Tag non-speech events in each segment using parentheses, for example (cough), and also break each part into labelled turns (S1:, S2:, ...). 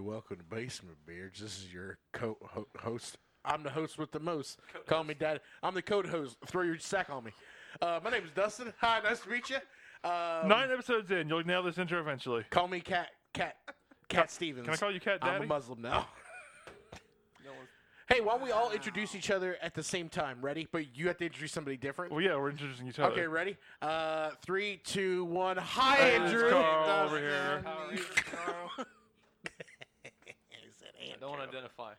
S1: Welcome to Basement Beards. This is your co-host. I'm the host with the most. Call me Dad. I'm the code host. Throw your sack on me. Uh, my name is Dustin. Hi, nice to meet you. Um,
S2: Nine episodes in, you'll nail this intro eventually.
S1: Call me Cat. Cat. Cat Stevens.
S2: Can I call you Cat
S1: I'm a
S2: Daddy?
S1: Muslim
S2: (laughs)
S1: now. hey, why don't we all introduce each other at the same time? Ready? But you have to introduce somebody different.
S2: well, yeah, we're introducing each other.
S1: Okay, ready? Uh, three, two, one. Hi, Andrew.
S2: It's Carl over here.
S3: I don't want to identify.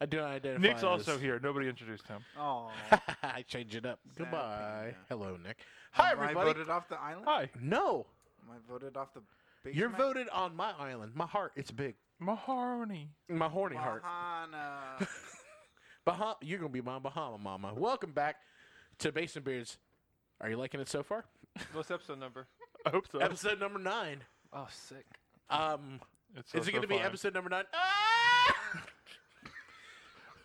S1: I do not identify.
S2: Nick's
S1: as-
S2: also here. Nobody introduced him.
S4: Oh,
S1: (laughs) I change it up. Goodbye. Hello, Nick. Hi,
S4: am I
S1: everybody.
S4: voted off the island.
S2: Hi.
S1: No,
S4: Am I voted off the. Basement?
S1: you're voted on my island. My heart, it's big.
S2: Mahoney.
S1: My horny heart.
S2: (laughs)
S4: Bahana.
S1: Bahama, you're gonna be my Bahama mama. Welcome back to Basin Beards. Are you liking it so far?
S3: (laughs) What's episode number?
S2: I hope so.
S1: Episode number nine.
S3: Oh, sick.
S1: Um,
S2: It's
S1: is it
S2: also
S1: gonna be
S2: fine.
S1: episode number nine? Ah! (laughs)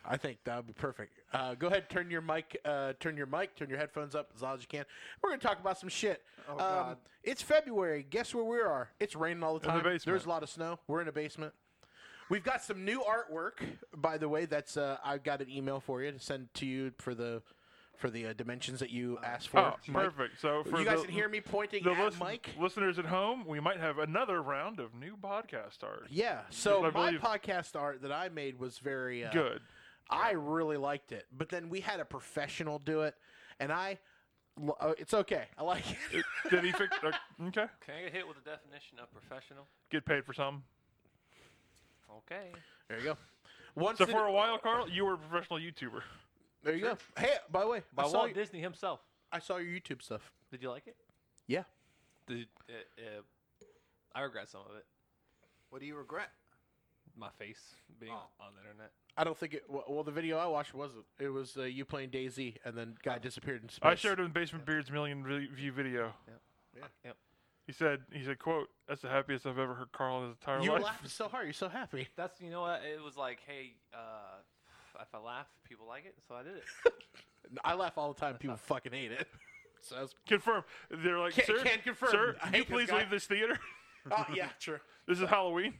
S1: I think that would be perfect. Uh, go ahead, turn your mic, uh, turn your mic, turn your headphones up as loud as you can. We're gonna talk about some shit. Um,
S4: Oh, God.
S1: It's February. Guess where we are? It's raining all the
S2: In
S1: time.
S2: the basement.
S1: There's a lot of snow. We're in a basement. We've got some new artwork, by the way. That's uh, I've got an email for you to send to you for the for the uh, dimensions that you asked for.
S2: Oh,
S1: Mike.
S2: perfect. So for
S1: You guys
S2: the,
S1: can hear me pointing
S2: the
S1: at
S2: listen-
S1: Mike.
S2: listeners at home, we might have another round of new podcast stars.
S1: Yeah. So
S2: I
S1: my
S2: believe-
S1: podcast art that I made was very uh, (laughs)
S2: Good.
S1: I really liked it, but then we had a professional do it, and I. lo- oh, It's okay. I like it.
S2: Did he fix? uh, okay.
S3: Can I get hit with the definition of professional?
S2: Get paid for some.
S3: Okay.
S1: (laughs) There you go. Once
S2: So
S1: it-
S2: for a while, Carl, you were a professional YouTuber.
S1: there you go. Hey, by the way,
S3: By
S1: I, saw your,
S3: Walt Disney himself.
S1: I saw your YouTube stuff.
S3: Did you like it?
S1: Yeah,
S3: Dude, uh, uh, I regret some of it.
S4: what do you regret?
S3: My face being on the internet.
S1: I don't think it. w- Well, the video I watched wasn't. It was uh, you playing Daisy, and then guy disappeared in space.
S2: I shared him in Basement Beard's million vi- view video.
S3: Yep.
S2: He said, "He said, quote, that's the happiest I've ever heard Carl in his entire
S1: You were
S2: life."
S1: laughing so hard. You're so happy.
S3: That's you know what it was like. Hey, uh, if I laugh, people like it, so I (laughs) did it.
S1: (laughs) I laugh all the time. (laughs) People fucking hate it. So that's,
S2: Confirm. They're like,
S1: Can't-
S2: sir,
S1: can't confirm.
S2: sir,
S1: I
S2: can you
S1: hate this
S2: please
S1: guy."
S2: leave this theater?
S1: (laughs)
S2: (laughs)
S1: oh yeah, true.
S2: This
S1: (laughs)
S2: is Halloween.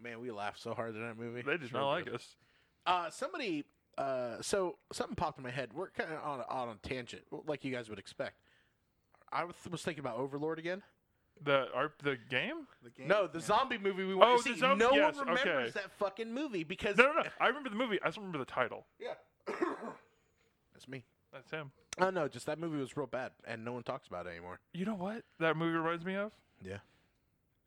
S1: Man, we laughed so hard in that movie.
S2: They did
S1: Sure
S2: not
S1: did.
S2: like us.
S1: Uh, somebody, uh, so something popped in my head. We're kind of on a, on a tangent, like you guys would expect. I was was thinking about Overlord again.
S2: The art, the game?
S4: The game.
S1: No, the zombie movie we want
S2: Oh,
S1: to
S2: the
S1: see.
S2: zombie-
S1: no
S2: yes,
S1: one remembers
S2: okay.
S1: that fucking movie because
S2: No, no, no. I remember the movie. I just don't remember the title.
S1: yeah, that's me.
S2: That's him.
S1: I don't know. Just that movie was real bad, and no one talks about it anymore.
S2: You know what? That movie reminds me of
S1: Yeah.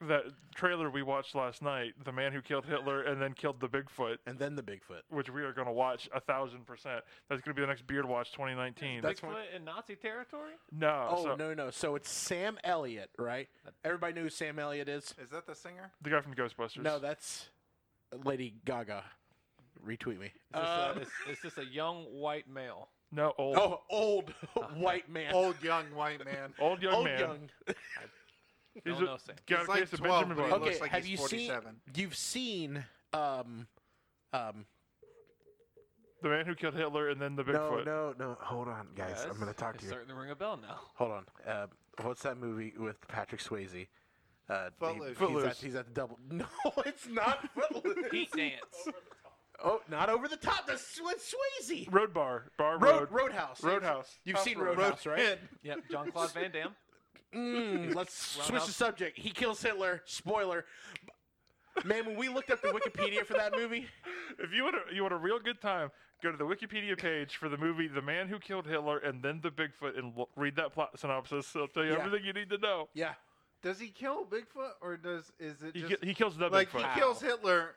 S2: that trailer we watched last night. The man who killed Hitler and then killed the Bigfoot,
S1: And then the Bigfoot.
S2: which we are going to watch a thousand percent. That's going to be the next Beard Watch 2019.
S1: That's
S3: Bigfoot
S1: fine.
S3: in Nazi territory?
S2: no,
S1: Oh
S2: Uh, so
S1: no no! So it's Sam Elliott, right? Everybody knows who Sam Elliott is.
S4: Is that the singer?
S2: the guy from Ghostbusters.
S1: No, that's Lady Gaga. Retweet me.
S3: It's, just
S1: Um,
S3: a, it's, it's just a young white (laughs) male.
S2: no, uh, old,
S1: Oh,
S2: (laughs)
S1: old (laughs) white man.
S4: Old young white man.
S2: old young
S1: Old
S2: man.
S1: young.
S2: He's
S3: Don't know,
S2: a,
S3: Sam.
S2: got
S4: He's
S2: a
S4: like
S2: case of
S4: 12,
S2: Benjamin
S4: but he
S2: Button.
S4: looks
S1: Okay,
S4: like
S1: have
S4: he's
S1: you
S4: 47.
S1: seen? You've seen um, um.
S2: The man who killed Hitler and then the
S1: No,
S2: Bigfoot.
S1: no, no. Hold on, guys.
S3: Yes,
S1: I'm gonna talk
S3: it's
S1: to you.
S3: Starting to ring a bell now.
S1: Hold on. Uh, what's that movie with Patrick Swayze? Uh, he- He's
S4: Footloose.
S1: at,
S2: Footloose.
S1: he's at the double. (laughs) No, it's (laughs) not Footloose.
S3: He dance.
S1: oh, not over the top. That's with Swayze.
S2: Road bar, bar
S1: Road,
S2: road.
S1: Roadhouse.
S2: Roadhouse. (laughs)
S1: You've seen
S2: Road-
S1: Roadhouse, right?
S3: (laughs) yep, John Claude Van Damme.
S1: Mm, (laughs) let's switch the
S3: Roadhouse.
S1: subject. He kills Hitler. Spoiler. Man, when we looked up the Wikipedia for that movie,
S2: If you want a, you want a real good time, go to the Wikipedia page for the movie "The Man Who Killed Hitler" and then "The Bigfoot" and l- read that plot synopsis. It'll tell you
S1: Yeah.
S2: everything you need to know.
S1: yeah,
S4: Does he kill Bigfoot or does is it
S2: He,
S4: just
S2: ki- he kills the
S4: like he
S2: Bigfoot.
S4: kills Hitler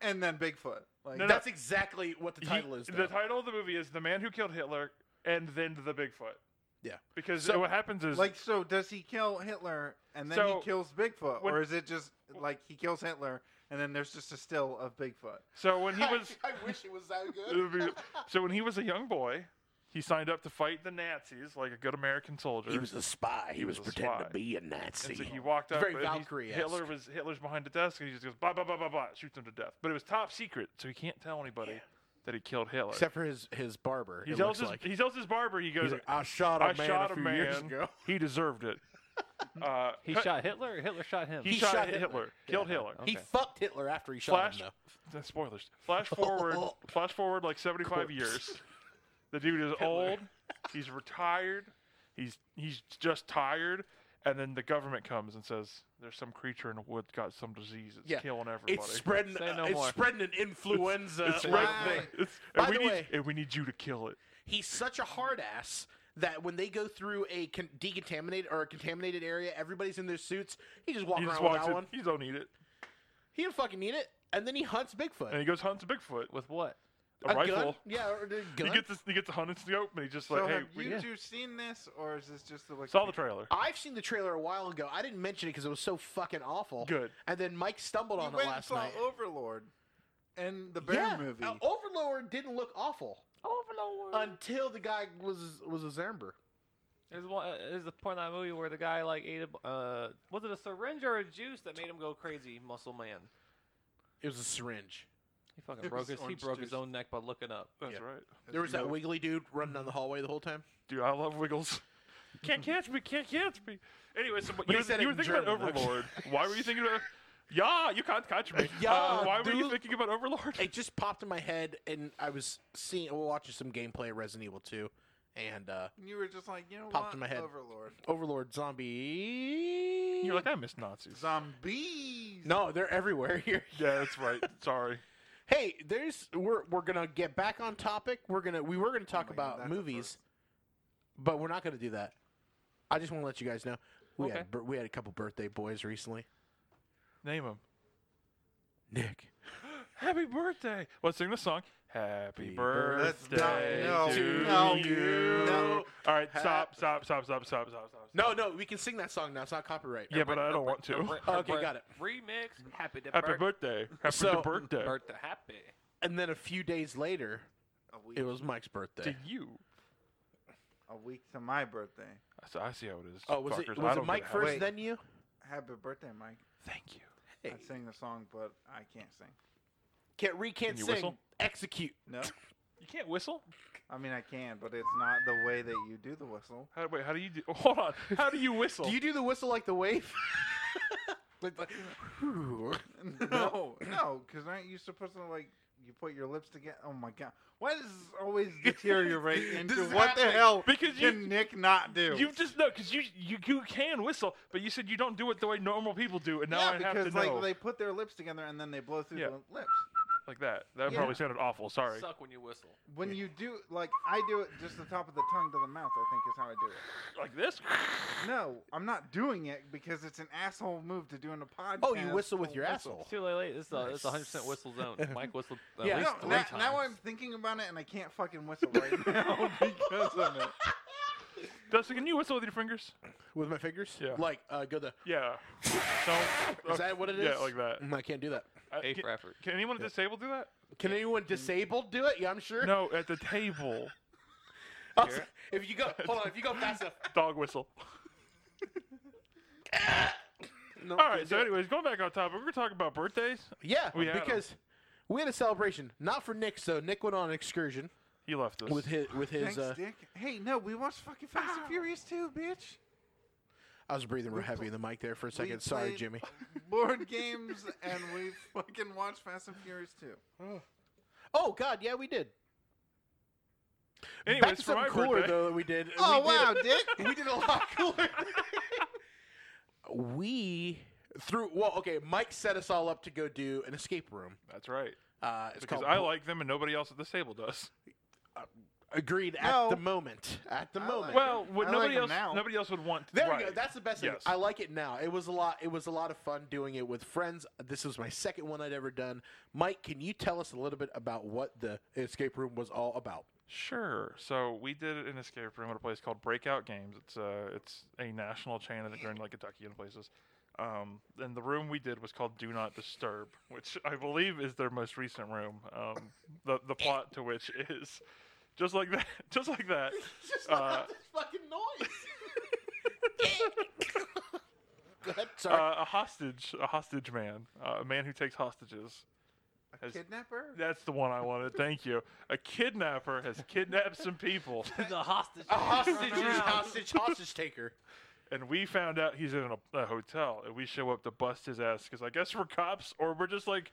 S4: and then Bigfoot? Like
S2: No, no.
S1: that's exactly what the
S2: He-
S1: title is.
S2: the
S1: though.
S2: title of the movie is "The Man Who Killed Hitler" and then "The Bigfoot."
S1: Yeah.
S2: because
S1: So-
S2: what happens is
S4: like so does he kill Hitler and then
S2: So,
S4: he kills Bigfoot
S2: when-
S4: or is it just like he kills Hitler and then there's just a still of Bigfoot?
S2: so when he
S1: (laughs)
S2: was
S1: I wish it was that
S2: it would be- so when he was a young boy, he signed up to fight the Nazis like a good American soldier.
S1: He was a spy. He was,
S2: was a
S1: pretending
S2: spy.
S1: to be a
S2: And
S1: Nazi.
S2: so he walked up.
S1: Very
S2: and he-
S1: Valkyrie-esque.
S2: Hitler was Hitler's behind the desk, and he just goes blah blah blah blah blah, shoots him to death. But it was top secret, so he can't tell anybody that he killed Hitler.
S1: Except for his his barber.
S2: he
S1: it looks
S2: tells his
S1: like.
S2: he tells his barber. He goes,
S1: He's like, I shot a
S2: "I
S1: man
S2: shot (laughs)
S1: a
S2: a
S1: few
S2: man.
S1: years ago. (laughs)
S2: He deserved it." Uh,
S5: He
S2: cut-
S5: shot Hitler. Or Hitler shot him.
S2: He,
S1: He
S2: shot,
S1: shot
S2: Hitler.
S1: Hitler.
S2: Killed
S5: Yeah.
S2: Hitler.
S1: He
S5: Okay.
S1: fucked Hitler after he shot
S2: Flash.
S1: him, though.
S2: That's spoilers.
S1: (laughs)
S2: Flash forward. flash forward like seventy-five
S1: Corpse.
S2: years. The dude is old. He's retired. He's he's just tired. And then the government comes and says, "There's some creature in the woods got some disease. It's
S1: Yeah.
S2: killing everybody."
S1: It's spreading.
S5: Say no
S1: uh, it's
S5: more.
S1: spreading an influenza.
S2: It's
S1: like
S2: spreading-
S1: thing.
S2: It's-
S1: By
S2: and we
S1: the
S2: need
S1: way-
S2: and we need you to kill it.
S1: (laughs) He's such a hard ass that when they go through a con- decontaminated or a contaminated area, everybody's in their suits. He just walks
S2: He just
S1: around
S2: walks
S1: without
S2: in.
S1: one.
S2: He don't need it.
S1: He didn't fucking need it. And then he hunts Bigfoot.
S2: And he goes hunts Bigfoot.
S5: With what?
S2: A, rifle.
S1: Gun? Yeah, or a gun.
S2: (laughs) He gets this, he gets a hunting scope, and he just
S4: So
S2: like, hey,
S4: have
S2: we
S4: you
S5: yeah.
S4: two seen this, or is this just the Wikipedia?
S2: saw the trailer.
S1: I've seen the trailer a while ago. I didn't mention it because it was so fucking awful.
S2: Good.
S1: And then Mike stumbled
S4: You
S1: on
S4: went
S1: it
S4: and
S1: last
S4: saw
S1: night.
S4: Overlord and the Bear
S1: yeah.
S4: movie.
S1: uh, Overlord didn't look awful
S5: Overlord.
S1: until the guy was was a Zamber.
S5: There's
S3: There's one. Uh, there's a point in that movie where the guy like ate a. b- Uh, was it a syringe or a juice that made him go crazy? Muscle man.
S1: It was a syringe.
S3: He fucking
S4: It
S3: broke
S4: was
S3: his. He
S4: orange
S3: broke
S4: juice.
S3: his own neck by looking up.
S2: That's
S1: Yeah.
S2: right.
S1: There was that
S4: No.
S1: wiggly dude running down the hallway the whole time.
S2: Dude, I love Wiggles. (laughs) Can't catch me, can't catch me. Anyway, so but
S1: But
S2: you,
S1: he
S2: were-
S1: said it
S2: you were
S1: in
S2: thinking
S1: German,
S2: about
S1: okay.
S2: Overlord. Why were you thinking
S1: (laughs)
S2: about? Yeah, you can't catch me.
S1: Yeah,
S2: uh, why were you
S1: dude.
S2: thinking about Overlord?
S1: It just popped in my head, and I was seeing, well, watching some gameplay of Resident Evil 2, and uh,
S4: And you were just like, you know
S1: Popped
S4: what?
S1: in my head.
S4: Overlord.
S1: Overlord Zombie.
S2: (laughs) You're like, I miss (laughs) Nazis.
S4: Zombies.
S1: no, they're everywhere (laughs) here.
S2: Yeah, that's right. Sorry. (laughs)
S1: Hey, there's we're we're gonna get back on topic. We're gonna we were gonna talk
S4: my God,
S1: about
S4: that's a
S1: movies,
S4: first.
S1: but we're not gonna do that. I just want to let you guys know we
S3: Okay.
S1: had bir- we had a couple birthday boys recently.
S2: Name them.
S1: Nick,
S2: Happy birthday. Let's sing this song. Happy
S1: Happy
S2: birthday
S4: birthday No,
S2: to
S4: no,
S2: you.
S4: no.
S2: All right,
S4: Hap-
S2: stop, stop, stop, stop, stop, stop, stop.
S1: no, no, we can sing that song now. It's not copyright.
S2: Yeah, but I don't want to.
S1: Oh, okay, got it.
S3: Remix. Happy to
S2: (laughs) Happy
S3: birth-
S2: birthday. Happy
S1: So-
S2: birthday
S3: birthday. Happy.
S1: And then a few days later,
S4: A week,
S1: it was Mike's
S2: to
S1: birthday.
S2: you.
S4: a week to my birthday.
S2: I see- I see how it is.
S1: Oh, was
S2: fuckers.
S1: it
S2: I
S1: was
S2: don't
S1: it
S2: get
S1: Mike
S2: how-
S1: first,
S4: Wait.
S1: then you?
S4: Happy birthday, Mike.
S2: Thank you.
S1: Hey,
S4: I sang the song, but I can't sing.
S1: can't re can't
S2: Can you
S1: sing.
S2: whistle?
S1: Execute.
S4: No,
S2: You can't whistle?
S4: I mean I can, but it's not the way that you do the whistle.
S2: How, wait, how do you do? (laughs) Hold on. How do you whistle?
S1: Do you do the whistle like the
S2: (laughs)
S1: wave? (laughs) Oh, like, like,
S4: (laughs) No, no, because aren't you supposed to like you put your lips together? Oh my god, why does this always
S1: (laughs)
S4: deteriorate into
S1: is
S4: what the
S1: happening.
S4: hell
S2: Because
S4: can
S2: you-
S4: Nick not do?
S2: You just know because you, you you can whistle, but you said you don't do it the way normal people do, and now
S4: yeah,
S2: I have
S4: because
S2: to
S4: like
S2: know
S4: they put their lips together and then they blow through
S2: Yeah.
S4: the lips.
S2: like that. That
S4: Yeah.
S2: probably sounded awful. Sorry.
S3: Suck when you whistle.
S4: When you do like I do it, just the top of the tongue to the mouth. I think is how I do it.
S2: Like this?
S4: No, I'm not doing it because it's an asshole move to do in a podcast.
S1: oh, you whistle with
S4: Oh,
S1: your
S4: whistle.
S1: asshole.
S3: It's too late. late. This is a, this is a 100% whistle zone. Mike whistled at
S1: Yeah.
S3: least
S4: No,
S3: three
S4: now,
S3: times.
S4: now I'm thinking about it and I can't fucking whistle
S2: (laughs)
S4: right now because of it.
S2: Dustin, can you whistle with your fingers?
S1: With my fingers?
S2: Yeah.
S1: Like, uh, go the.
S2: Yeah.
S1: (laughs)
S2: Don't-
S1: Is that what it is?
S2: Yeah, like that.
S1: Mm, I can't do that.
S2: I-
S3: A
S2: can,
S3: for effort.
S2: can anyone at this table do
S1: (laughs)
S2: that?
S1: Can anyone disabled do it? Yeah, I'm sure.
S2: Mm. No, at the table.
S1: (laughs) Also, (laughs) if you go, hold on. If you go fast
S2: (laughs)
S1: enough. (laughs)
S2: Dog whistle.
S1: No,
S2: All right.
S1: can't
S2: So,
S1: do it.
S2: anyways, going back on topic, we're gonna talk about birthdays.
S1: yeah,
S2: we had 'em.
S1: because we had a celebration, not for Nick. So Nick went on an excursion
S2: He left us.
S1: with his with his.
S4: Thanks,
S1: Uh,
S4: Dick. Hey, no, we watched fucking Fast
S2: Ah.
S4: and Furious too, bitch.
S1: I was breathing real heavy in the mic there for a second. Sorry,
S4: played- (laughs)
S1: Jimmy.
S4: Board
S2: (laughs)
S4: games and we fucking watched Fast and Furious too.
S1: Oh God, yeah, we did.
S2: Anyways,
S1: Back to
S2: for my
S1: something cooler
S2: birthday,
S1: though that we did.
S4: Oh
S1: we
S4: wow,
S1: did,
S4: Dick.
S1: we did a lot cooler. we through well, okay. Mike set us all up to go do an escape room.
S2: That's right.
S1: Uh, it's
S2: Because
S1: called
S2: I like them and nobody else at this table does.
S1: Agreed
S4: No.
S1: at the moment. At the
S4: I
S1: moment.
S4: like it.
S2: Well,
S4: I
S2: would
S4: like
S2: nobody
S4: them
S2: else
S4: now.
S2: nobody else would want.
S1: there
S2: right.
S1: we go. That's the best
S2: Yes.
S1: thing. I like it now. It was a lot. It was a lot of fun doing it with friends. This was my second one I'd ever done. Mike, can you tell us a little bit about what the escape room was all
S2: (laughs)
S1: about?
S2: Sure. So we did it in escape room at a place called Breakout Games. It's a it's a national chain in the Grand like Kentucky and places. Um, and the room we did was called Do Not Disturb, which I believe is their most recent room. Um, the the plot to which is just like that, (laughs) just like that.
S1: Just
S2: like Uh,
S1: this fucking noise. (laughs) go ahead. Sorry.
S2: Uh, a hostage, a hostage man, uh, a man who takes hostages.
S4: A
S2: Has-
S4: kidnapper?
S2: That's the one I wanted. Thank you. A kidnapper has kidnapped some people.
S3: the hostage.
S2: (laughs)
S1: a hostage,
S3: Now.
S1: hostage, hostage taker.
S2: And we found out he's in a, a hotel, and we show up to bust his ass because I guess we're cops or we're just like.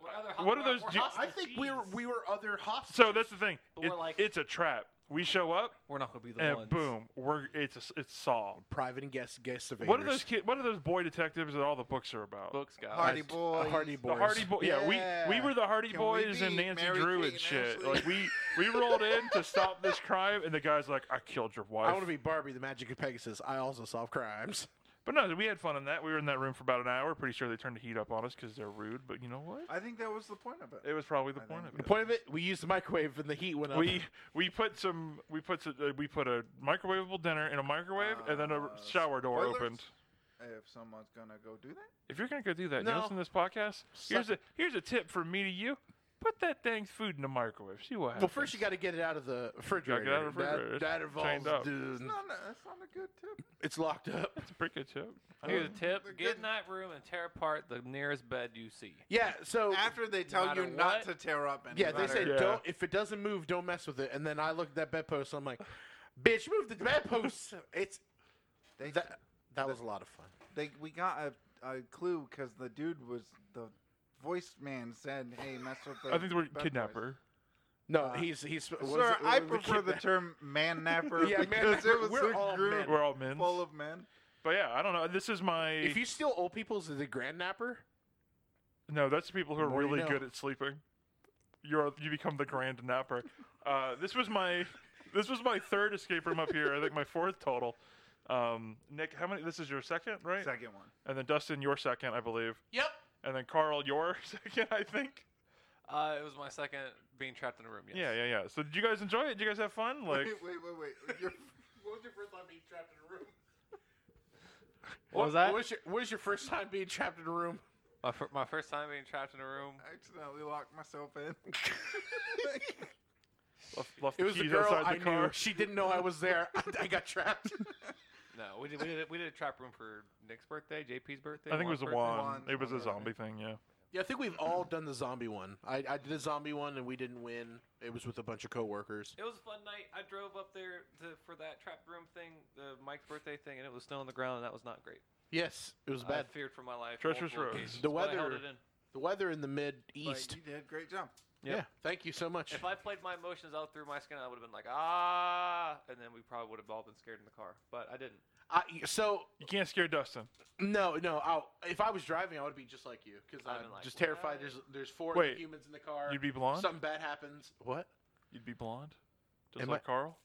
S3: We're other
S2: What are
S3: we're-
S2: those
S3: we're
S2: ju- I
S1: I
S3: hostage,
S1: think we were
S3: jeez.
S1: we were other hostages.
S2: So that's the thing.
S3: But we're
S2: It-
S3: like-
S2: it's a trap. We show up,
S3: We're not gonna be the
S2: and
S3: ones.
S2: Eh, boom, we're it's a s it's Saul.
S1: private and guest guest surveyors.
S2: What are those kid? What are those boy detectives that all the books are about?
S3: Books, guys.
S4: Hardy
S1: The
S4: Boys.
S1: Hardy Boys.
S2: The Hardy Boy, yeah, we we were the Hardy
S4: Can we
S2: Boys and
S4: be
S2: Nancy
S4: Mary
S2: Drew
S4: Kate
S2: and
S4: and
S2: shit.
S4: Ashley?
S2: Like we we rolled in to stop this crime, and the guy's like, "I killed your wife."
S1: I want to be Barbie, the Magic of Pegasus. I also solve crimes.
S2: But no, we had fun in that. We were in that room for about an hour. Pretty sure they turned the heat up on us because they're rude. But you know what?
S4: I think that was the point of it.
S2: It was probably the
S4: I
S2: point
S4: think-
S2: of
S1: The
S2: it.
S1: point of it, we used the microwave and the heat went up. (laughs)
S2: we we put some we put some, uh, we put a microwavable dinner in a microwave, and then a
S4: Uh,
S2: shower door
S4: spoilers?
S2: opened.
S4: If someone's gonna go do that,
S2: If you're gonna go do that, and you
S1: No.
S2: listen to this podcast.
S1: So-
S2: Here's a here's a tip from me to you. Put that dang's food in the microwave. See what happens.
S1: well, first you got to get it out of the refrigerator.
S2: out of the refrigerator.
S1: That, that
S2: It's chained
S1: involves
S2: up.
S1: dude,
S4: it's not. A, it's not a good tip.
S1: it's locked
S4: (laughs)
S1: up.
S2: That's a pretty good tip.
S3: Here's a
S4: they're
S3: tip: get
S4: good.
S3: in that room and tear apart the nearest bed you see.
S1: Yeah. So
S4: After they tell
S3: matter
S4: you not
S3: what-
S4: to tear up anything.
S1: yeah, they say
S2: Yeah.
S1: don't. If it doesn't move, don't mess with it. And then I look at that bedpost. I'm like, bitch, move the
S4: (laughs)
S1: bedpost. It's
S4: they,
S1: that. That was a lot of fun.
S4: they we got a, a clue because the dude was the voice man said, "Hey, mess with the."
S2: I think the word
S4: bad boys."
S2: kidnapper.
S1: No,
S4: Uh,
S1: he's he's. was
S4: Sir,
S1: it- was
S4: I
S1: it
S4: prefer the
S1: kidnap-
S4: term man (laughs) napper
S1: Yeah, man
S4: because
S1: napper.
S4: it was
S1: We're
S4: a
S1: all
S4: group
S1: men.
S2: We're all men.
S4: full of men.
S2: But yeah, I don't know. This is my.
S1: uh, If you steal old people's, is it grand napper?
S2: no, that's the people who are
S1: The more you
S2: really
S1: know.
S2: good at sleeping. You're you become the grand napper. Uh, this was my this was my third escape room up here. I think my fourth total. Um, Nick, how many? This is your second, right?
S4: Second one.
S2: And then Dustin, your second, I believe.
S3: Yep.
S2: And then Carl, your (laughs) second, I think.
S3: Uh, it was my second being trapped in a room. Yes.
S2: Yeah, yeah, yeah. So did you guys enjoy it? Did you guys
S1: (laughs)
S2: have fun? Like,
S4: wait, wait, wait, wait. (laughs) Your,
S1: What was your first time being trapped in a room?
S3: What was that?
S1: What was your, what was your first time being trapped in a room?
S3: My, fir- my first time being trapped in a room.
S4: I accidentally locked myself in.
S2: left, left
S1: It was
S2: the
S1: the
S2: keys
S1: girl
S2: outside
S1: I
S2: the
S1: knew.
S2: car.
S1: She didn't know I was
S2: (laughs)
S1: there. I, I got trapped.
S3: No, we did we did a, we did a trap room for Nick's birthday, JP's birthday.
S2: I think it was
S3: Juan's
S2: a
S3: birthday.
S2: wand.
S4: Juan,
S2: It was a
S4: whatever.
S2: zombie thing. Yeah.
S1: yeah, I think we've all done the zombie one. I, I did a zombie one and we didn't win. It was with a bunch of coworkers.
S3: It was a fun night. I drove up there to, for that trap room thing, the Mike's birthday thing, and it was snow on the ground, and that was not great.
S1: Yes, it was
S3: I
S1: bad.
S3: feared for my life.
S2: Treacherous
S3: multiple
S2: roads.
S3: occasions,
S1: The
S3: but I held
S1: weather-
S3: it in.
S1: The weather in the mid
S4: But
S1: east.
S4: you did great job.
S1: Yeah. Thank you so much.
S3: If I played my emotions out through my skin, I would have been like, ah, and then we probably would have all been scared in the car. But I didn't.
S1: I, so
S2: You can't scare Dustin.
S1: no, no. i if I was driving, I would be just like you because
S3: I'd
S1: I'm
S3: been like,
S1: just
S3: "What?"
S1: terrified. There's there's four
S2: Wait,
S1: humans in the car.
S2: You'd be blonde.
S1: Something bad happens. What?
S2: You'd be blonde, just
S1: Am
S2: like Carl.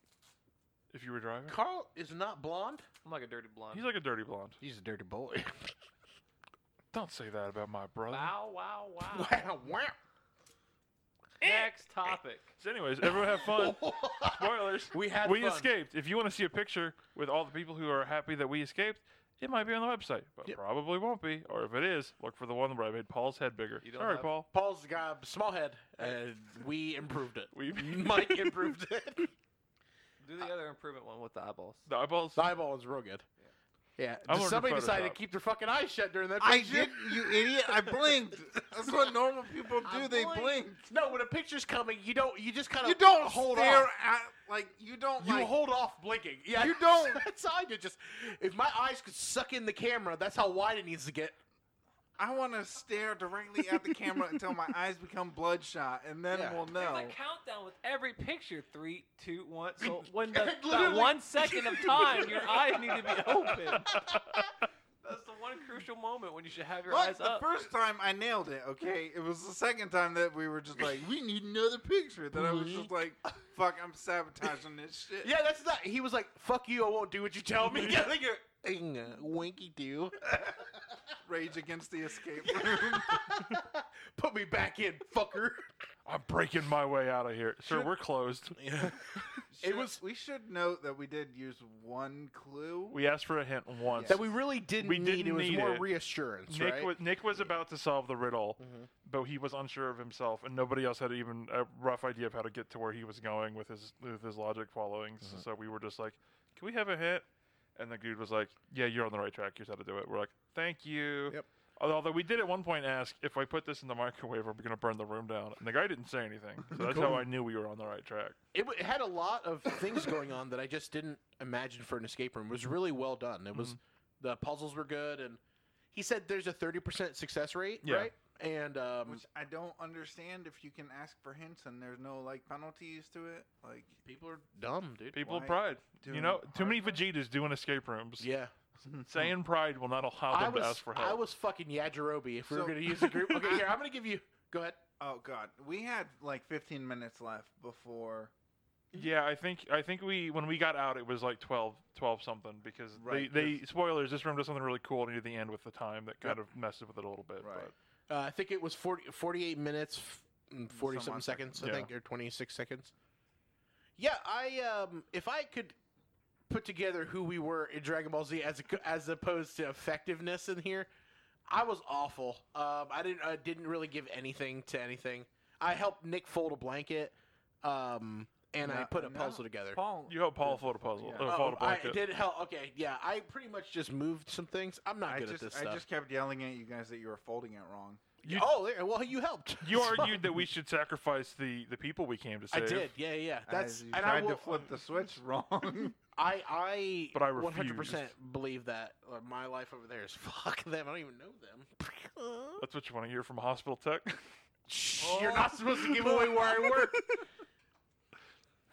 S2: If you were driving,
S1: Carl is not blonde.
S3: I'm like a dirty blonde.
S2: he's like a dirty blonde.
S1: He's a dirty boy.
S2: (laughs) Don't say that about my brother.
S3: wow, wow, wow.
S1: wow, (laughs) wow.
S3: Next topic.
S2: So, anyways, everyone
S1: (laughs)
S2: have fun. Spoilers.
S1: We had
S2: we
S1: fun.
S2: escaped. If you want to see a picture with all the people who are happy that we escaped, it might be on the website, but
S1: Yep.
S2: probably won't be. Or if it is, look for the one where I made Paul's head bigger.
S3: You don't
S2: Sorry,
S3: have-
S2: Paul.
S1: Paul's got a small head, and we (laughs) improved it.
S2: We-
S1: Mike improved (laughs) it.
S3: Do the other improvement one with the eyeballs.
S2: (laughs) The eyeballs.
S1: The eyeball is real good. Yeah.
S2: I'm working
S1: Somebody
S2: Photoshop.
S1: decided to keep their fucking eyes shut during that.
S4: I
S1: picture.
S4: did, you idiot! I blinked. That's what normal people do. They
S1: blinked.
S4: blink.
S1: No, when a picture's coming, you don't. You just kind of
S4: You don't
S1: hold
S4: stare
S1: off.
S4: at like you don't
S1: You
S4: like.
S1: hold off blinking. Yeah,
S4: You don't.
S1: (laughs) That's how I did. Just if my eyes could suck in the camera, that's how wide it needs to get.
S4: I want to stare directly at the camera until my eyes become bloodshot, and then
S1: Yeah.
S4: we'll
S3: There's
S4: know.
S3: a countdown with every picture. Three, two, one. So when the, that
S1: Literally.
S3: one second of time, your eyes need to be open. That's the one crucial moment when you should have your
S4: But
S3: eyes
S4: the
S3: up.
S4: first time I nailed it, okay? It was the second time that we were just like, we need another picture. That I was just like, fuck, I'm sabotaging this shit.
S1: Yeah, that's that. He was like, "Fuck you, I won't do what you tell
S4: (laughs)
S1: me." yeah, like a
S4: uh,
S1: winky do.
S4: Rage against the escape room.
S1: (laughs) Put me back in,
S4: (laughs)
S1: fucker.
S2: (laughs) I'm breaking my way out of here. Sir,
S4: Should-
S2: we're closed.
S1: Yeah.
S4: Should-
S1: was-
S4: We should note that we did use one clue.
S2: We asked for a hint once.
S1: That we really didn't
S2: We
S1: need. it
S2: didn't
S1: was
S2: need
S1: more
S2: it.
S1: reassurance,
S2: Nick,
S1: right? Mm-hmm.
S2: was, Nick was about to solve the riddle, but he was unsure of himself, and nobody else had even a rough idea of how to get to where he was going with his with his logic followings.
S1: Mm-hmm.
S2: So we were just like, "Can we have a hint?" And the dude was like, "Yeah, you're on the right track. Here's how to do it." We're like, "Thank you."
S1: Yep.
S2: Although although we did at one point ask if I put this in the microwave, are we going to burn the room down? And the guy didn't say anything. So that's how I knew we were on the right track.
S1: It, w- it had a lot of things going on that I just didn't imagine for an escape room. It was really well done. It was the puzzles were good, and he said there's a thirty percent success rate,
S2: Yeah.
S1: right? And um,
S4: Which I don't understand if you can ask for hints and there's no like penalties to it. Like
S1: people are dumb, dude.
S2: People of
S4: Why
S2: pride. You
S4: do
S2: know, too many
S4: hardware?
S2: Vegetas doing escape rooms.
S1: Yeah,
S2: Saying pride will not allow them
S1: I
S2: to
S1: was
S2: ask for help.
S1: I was fucking Yajirobe if we were
S4: So-
S1: going to use the (laughs) group. Okay, here I'm going to give you. Go ahead.
S4: oh god, we had like 15 minutes left before.
S2: Yeah, I think I think we when we got out it was like 12, 12 something because
S4: Right,
S2: they, they spoilers this room does something really cool near the end with the time that kind of messes with it a little bit.
S4: Right.
S1: Uh, I think it was 40, 48 minutes, f- and 40
S4: Some
S1: something
S4: odd
S1: seconds,
S2: Yeah.
S1: I think, or 26 seconds. Yeah, I um, if I could put together who we were in Dragon Ball Z as a, as opposed to effectiveness in here, I was awful. Um, I didn't I didn't really give anything to anything. I helped Nick fold a blanket, um, and I
S4: No-
S1: put a
S4: no.
S1: puzzle together.
S4: Paul,
S2: But you help Paul float a puzzle.
S4: Yeah.
S2: uh, float
S1: Oh, I
S2: a blanket.
S1: did help. Okay, yeah, I pretty much just moved some things. I'm not
S4: I
S1: good
S4: just
S1: at this
S4: I
S1: stuff.
S4: just kept yelling at you guys that you were folding it wrong.
S2: You-
S1: oh, there, well, you helped.
S2: You
S1: It's (laughs)
S2: argued
S1: fine.
S2: that we should sacrifice the the people we came to
S1: I
S2: save.
S1: did. Yeah, yeah. yeah. That's
S4: As you
S1: and
S4: tried
S1: I will, um,
S4: to flip
S1: (laughs)
S4: the switch wrong.
S1: I I
S2: But I
S1: 100% believe that uh, my life over there is (laughs) fuck them. I don't even know them.
S2: That's what you want to hear from a hospital tech (laughs)
S1: Shh, You're not supposed to give away where I work.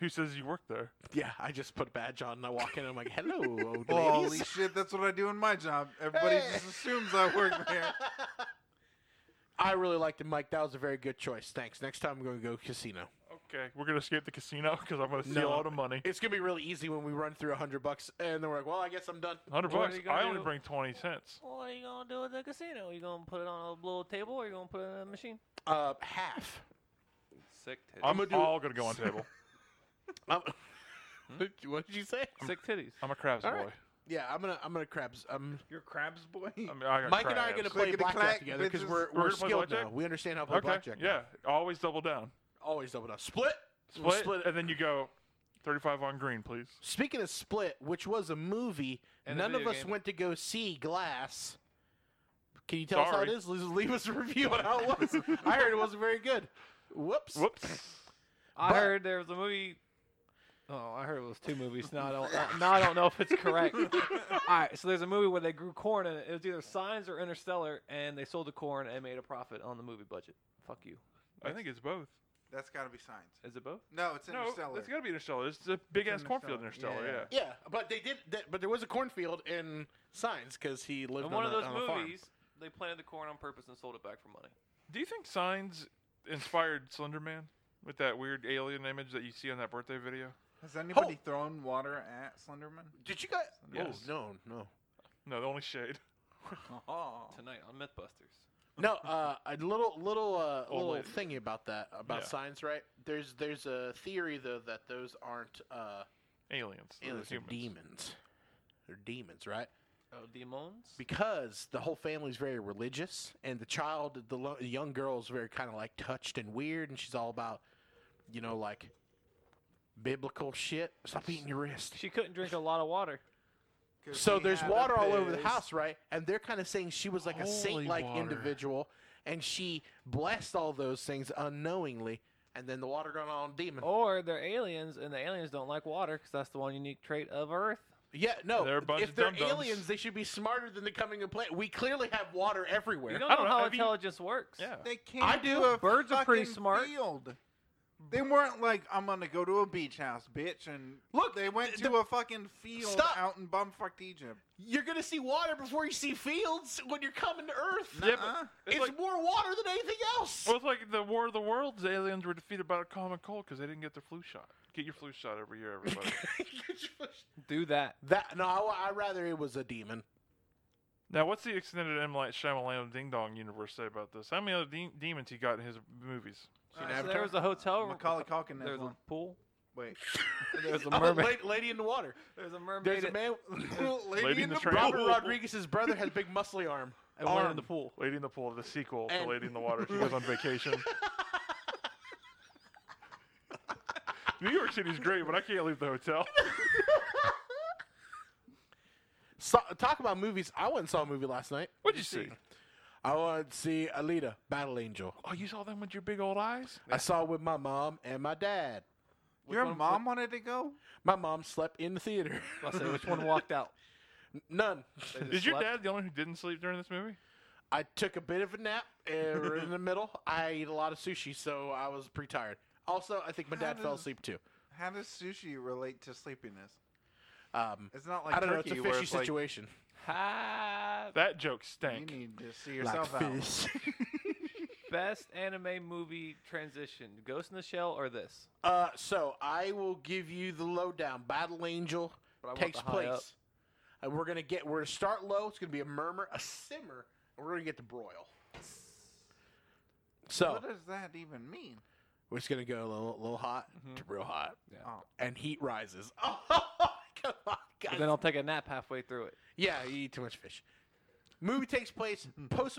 S2: who says you work there.
S1: (laughs) yeah, I just put a badge on and I walk in and I'm like, (laughs) "Hello, old
S4: (laughs) Holy
S1: ladies."
S4: shit, that's what I do in my job. Everybody
S1: Hey.
S4: just assumes I work
S1: (laughs)
S4: there.
S1: I really liked it, Mike. That was a very good choice. Thanks. Next time I'm going to go casino.
S2: Okay, we're gonna escape the casino (laughs) because I'm gonna steal
S1: No.
S2: all the money.
S1: It's going to be really easy when we run through 100 bucks and then we're like, "Well, I guess I'm done."
S2: Hundred
S3: What are
S2: bucks.
S3: you gonna
S2: I only
S3: do?
S2: bring twenty cents.
S3: What are you gonna do at the casino? You gonna put it on a little table, or you gonna put it in a machine?
S1: Uh, half.
S6: Sick titties.
S2: I'm
S1: gonna do-
S2: all gonna go on table.
S1: (laughs) I'm- Oh. (laughs) what did you say?
S3: Sick titties.
S2: I'm a crabs
S1: All
S2: boy.
S1: right. Yeah, I'm gonna I'm gonna crabs. Um,
S4: You're crabs boy.
S2: I mean, I got
S1: Mike and I are
S2: crabs.
S1: gonna play
S4: Clickety
S1: blackjack
S4: clack,
S1: together because
S4: bitches.
S1: we're we're,
S2: We're gonna play
S1: skilled
S2: blackjack?
S1: now. We understand how to play
S2: Okay.
S1: blackjack. now.
S2: Yeah. Always double down.
S1: always double down. Split. We'll
S2: Split, and then you go thirty-five on green, please.
S1: Speaking of Split, which was a movie,
S3: And a
S1: none of
S3: video
S1: us
S3: game.
S1: went to go see Glass. Can you tell us how it
S2: Sorry.
S1: is? Leave- Leave us a review on how (laughs) it was. I heard it wasn't very good. Whoops.
S2: Whoops.
S3: I
S1: But-
S3: heard there was a movie. Oh, I heard it was two movies. Now I don't. uh, now I don't know if it's (laughs) correct. All right, so there's a movie where they grew corn, and it was either Signs or Interstellar, and they sold the corn and made a profit on the movie budget. Fuck you.
S2: I think it's both.
S4: That's got to be signs.
S3: Is it both?
S4: No, it's
S2: No,
S4: Interstellar.
S2: it's gotta be Interstellar. It's a big ass cornfield
S4: Interstellar.
S2: Interstellar. Yeah.
S4: Yeah,
S1: Yeah, but they did. That, but there was a cornfield in Signs because he lived
S3: In
S1: on
S3: one
S1: a,
S3: of those
S1: on a farm.
S3: movies, they planted the corn on purpose and sold it back for money.
S2: Do you think Signs inspired Slender Man with that weird alien image that you see on that birthday video?
S4: Has anybody thrown water at
S1: (laughs)
S4: Slenderman?
S1: Did you guys?
S2: Yes.
S1: Oh no, no.
S2: No, the only shade. (laughs)
S4: Oh.
S3: Tonight on MythBusters.
S1: No, uh, a little little uh,
S2: Old
S1: little
S2: lady.
S1: thingy about that about
S2: Oh, Yeah.
S1: signs, right? There's there's a theory though that those aren't uh,
S2: Aliens. they're
S1: aliens, they're
S2: humans.
S1: demons. They're demons, right?
S3: Oh, demons.
S1: Because the whole family's very religious, and the child, the, lo- the young girl, is very kind of like touched and weird, and she's all about, you know, like biblical shit. Stop eating your wrist.
S3: She couldn't drink a lot of water.
S4: 'Cause
S1: So
S4: he
S1: there's
S4: had a
S1: water all over the
S4: piss.
S1: house, right? And they're kind of saying she was like a
S2: Holy
S1: saint-like
S2: water.
S1: individual, and she blessed all those things unknowingly, and then the water got on demon.
S3: Or they're aliens, and the aliens don't like water because that's the one unique trait of Earth.
S1: Yeah, no.
S2: They're a bunch
S1: if
S2: of
S1: they're
S2: dum-dums.
S1: aliens, they should be smarter than the coming of planet. We clearly have water
S3: You
S1: everywhere.
S3: don't,
S2: I
S3: know,
S2: don't know,
S3: how
S2: I mean-
S3: intelligence works.
S2: Yeah.
S4: They can't.
S1: I do.
S4: do a
S3: Birds are pretty
S4: fucking
S3: smart.
S4: Field. They weren't like, I'm gonna go to a beach house, bitch, and
S1: Look,
S4: They went
S1: th-
S4: to a fucking field
S1: Stop.
S4: out in bumfucked Egypt.
S1: You're gonna see water before you see fields when you're coming to Earth.
S2: Yeah, but
S4: Nuh-uh.
S1: It's,
S2: It's
S1: Oh.
S2: like-
S1: more water than anything else.
S2: Well, it's like the War of the Worlds. Aliens were defeated by a common cold because they didn't get their flu shot. Get your flu shot every year,
S1: (laughs)
S2: everybody.
S3: Do that.
S1: that no, I, I rather it was a demon.
S2: now, what's the extended M. Light Shyamalan Ding Dong universe say about this? How many other de- demons he got in his movies?
S4: Uh,
S3: So
S4: so
S3: there was a hotel room.
S4: Macaulay Culkin.
S3: There's
S4: There's
S3: a
S4: one.
S3: pool.
S4: Wait.
S3: There's a
S1: (laughs) Oh,
S3: mermaid.
S1: la- lady in the water.
S3: There's a mermaid.
S1: There's a man. (laughs)
S2: Lady in the Tramp.
S1: Robert Rodriguez's brother has big muscly arm.
S3: and one in
S1: arm.
S3: the pool.
S2: Lady in the Pool, the sequel to
S1: And-
S2: Lady in the Water. She goes on
S1: (laughs)
S2: vacation. New York City's great, but I can't leave
S1: (laughs)
S2: the hotel.
S1: So, talk about movies. I went and saw a movie last night.
S2: What'd you see?
S1: I want to see Alita, Battle Angel.
S2: Oh, you saw them with your big old eyes?
S1: I saw it with my mom and my dad.
S4: Your
S3: one-
S4: mom wanted to go?
S1: My mom slept in the theater. (laughs)
S3: I'll say which one walked out.
S1: N- None.
S3: They just
S2: Is your
S3: slept.
S2: dad the only one who didn't sleep during this movie?
S1: I took a bit of a nap uh, in the middle. I ate a lot of sushi, so I was pretty tired. Also, I think my
S4: How
S1: dad fell
S4: does-
S1: asleep too.
S4: How does sushi relate to sleepiness?
S1: Um,
S4: It's not like
S1: I don't know.
S4: turkey
S1: It's a
S4: where
S1: fishy
S4: it's like,
S1: situation.
S3: (laughs) Ha-
S2: That joke
S4: you
S2: stank.
S4: need to see yourself out.
S3: best anime movie transition: Ghost in the Shell or this?
S1: (laughs) Uh, so I will give you the lowdown. Battle Angel
S3: But I want
S1: takes
S3: the high
S1: place.
S3: up.
S1: Uh, we're gonna get. We're gonna start low. It's gonna be a murmur, a simmer, and we're gonna get to broil. So
S4: What does that even mean?
S1: we're just gonna go a little, little hot to real hot,
S3: Yeah.
S4: Oh.
S1: and heat rises. (laughs) Oh, come on,
S3: But
S1: guys.
S3: then I'll take a nap halfway through it.
S1: Yeah, you eat too much fish. Movie takes place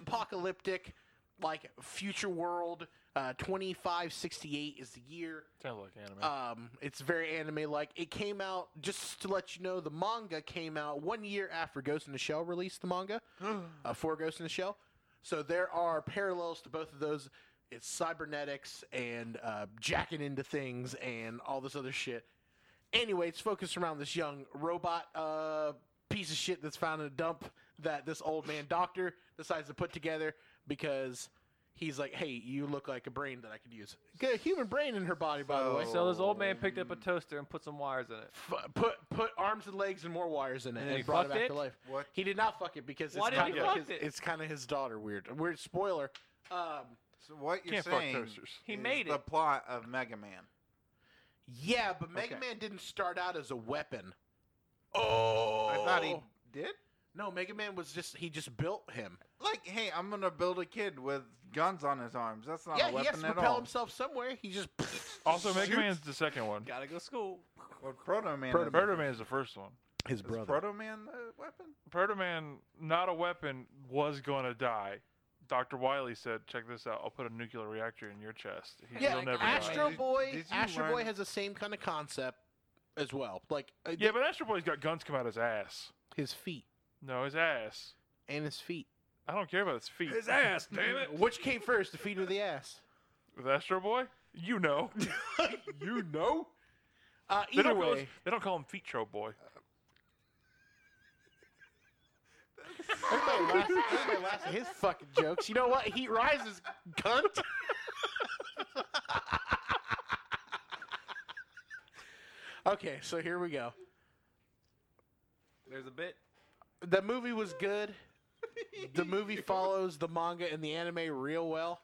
S1: post-apocalyptic, like future world. Uh, Twenty-five sixty-eight is the year.
S2: Sounds like anime.
S1: Um, it's very anime-like. It came out just to let you know. The manga came out one year after Ghost in the Shell released the manga uh, for Ghost in the Shell. So there are parallels to both of those. It's cybernetics and uh, jacking into things and all this other shit. Anyway, it's focused around this young robot uh, piece of shit that's found in a dump that this old man doctor decides to put together because he's like, "Hey, you look like a brain that I could use." Got a human brain in her body, by the way.
S4: So-
S3: So this old man picked up a
S4: Mm.
S3: toaster and put some wires in it.
S1: F- put put arms and legs and more wires in it
S3: And
S1: and,
S3: he
S1: brought it
S3: fucked
S1: back
S3: it?
S1: to life.
S4: What?
S1: He did not fuck it because
S3: Why
S1: it's
S3: didn't
S2: he
S1: kind of
S2: fuck
S1: like his,
S3: it?
S1: it's kind of his daughter. Weird, weird spoiler. Um,
S4: So what you're
S2: Can't fuck
S4: saying
S2: toasters.
S3: He
S4: is
S3: made
S4: the
S3: it.
S4: plot of Mega Man.
S1: yeah, but Mega
S4: Okay.
S1: Man didn't start out as a weapon. Oh,
S4: I thought he did.
S1: no. Mega Man was just he just built him.
S4: Like, hey, I'm gonna build a kid with guns on his arms. That's not
S1: yeah,
S4: a
S1: he
S4: weapon
S1: has to
S4: at
S1: propel
S4: all.
S1: himself somewhere. He
S2: (laughs)
S1: just
S2: also, Mega
S1: shoots.
S2: Man's the second one.
S3: Gotta go to school.
S4: Well, Proto Man.
S1: Proto
S4: is-
S2: Proto Man is the first one.
S1: his
S4: Is Proto Man the weapon?
S2: Proto Man, not a weapon, was gonna die. Dr. Wiley said, "Check this out. I'll put a nuclear reactor in your chest. He,
S1: yeah,
S2: will never die."
S1: Astro
S4: Did-
S1: Boy.
S4: did you
S1: Astro Boy
S4: learn-
S1: has the same kind of concept as well. Like uh,
S2: Yeah, but Astro Boy's got guns come out his ass.
S1: his feet
S2: No, his ass.
S1: and his feet.
S2: I don't care about his feet.
S3: ass,
S2: (laughs)
S1: Which came first, the feet or the ass?
S2: With Astro Boy, you
S1: (laughs)
S2: know.
S1: you know. Uh,
S2: They
S1: either
S2: don't, call us-
S1: way,
S2: they don't call him Feet Show Boy.
S1: (laughs) everybody laughs, everybody laughs at his fucking jokes. You know what? Heat rises, cunt. (laughs) okay, so here we go.
S3: There's a bit.
S1: The movie was good. The movie follows the manga and the anime real well.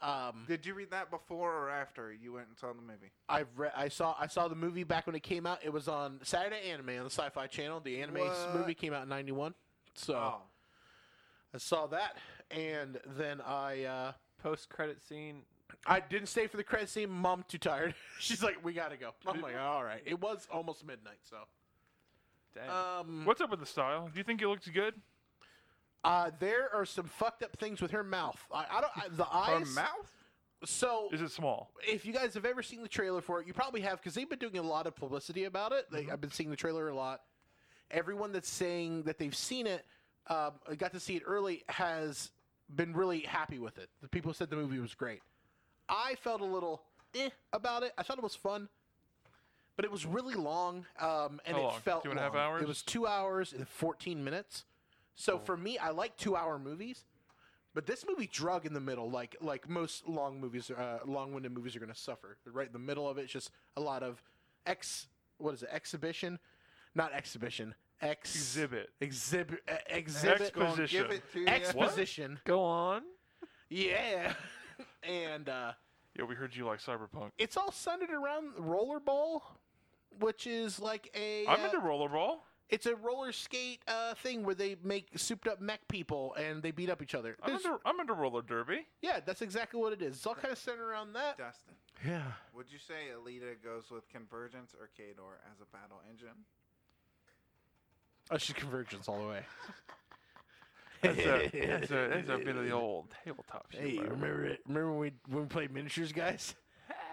S1: Um,
S4: Did you read that before or after you went and saw the movie?
S1: I've re- I saw I saw the movie back when it came out. It was on Saturday Anime on the Sci-Fi Channel. The anime s-
S4: What?
S1: movie came out in '91, so
S2: Uh,
S4: Oh.
S1: I saw that, and then I uh,
S3: Post credit scene.
S1: I didn't stay for the credit scene. Mom too tired. (laughs) She's like, we gotta go. I'm like, all right. It was almost midnight, so
S3: Damn.
S1: um,
S2: What's up with the style? Do you think he looks good?
S1: uh, there are some fucked up things with her mouth. I, I don't I, the eyes.
S4: Her mouth?
S1: So
S2: Is
S1: (laughs)
S2: it small?
S1: if you guys have ever seen the trailer for it, you probably have because they've been doing a lot of publicity about it. They, I've been seeing the trailer a lot. Everyone that's saying that they've seen it, um, got to see it early, has been really happy with it. The people said the movie was great. I felt a little eh about it. I thought it was fun, but it was really long, um, and
S2: How
S1: it
S2: long?
S1: felt
S2: Two and a half
S1: long.
S2: hours?
S1: It was two hours and fourteen minutes. So for me, I like two-hour movies. But this movie drug in the middle, like like most long movies, uh, long-winded movies are going to suffer. Right in the middle of it, it's just a lot of ex. What is it? Exhibition, not exhibition. Ex
S2: Exhibit.
S1: Exhib- e-
S4: It's
S1: exhibit.
S4: gonna
S2: Exposition.
S4: Give it to ya.
S1: Exposition.
S3: go on.
S1: Yeah. (laughs) and uh,
S2: Yeah, we heard you like cyberpunk.
S1: it's all centered around rollerball, which is like a.
S2: I'm
S1: uh,
S2: into rollerball.
S1: it's a roller skate uh, thing where they make souped-up mech people and they beat up each other.
S2: I'm
S1: There's-
S2: into, I'm into roller derby.
S1: Yeah, that's exactly what it is. It's all kind of centered around that.
S4: Dustin,
S1: Yeah.
S4: would you say Alita goes with Convergence or Kador as a battle engine?
S1: Oh, she's convergence all the way.
S2: That's a, that's a, that's a
S1: (laughs)
S2: bit of the old tabletop shit.
S1: Hey,
S2: bro.
S1: remember it? Remember when we when we played miniatures,
S2: (laughs)
S1: guys?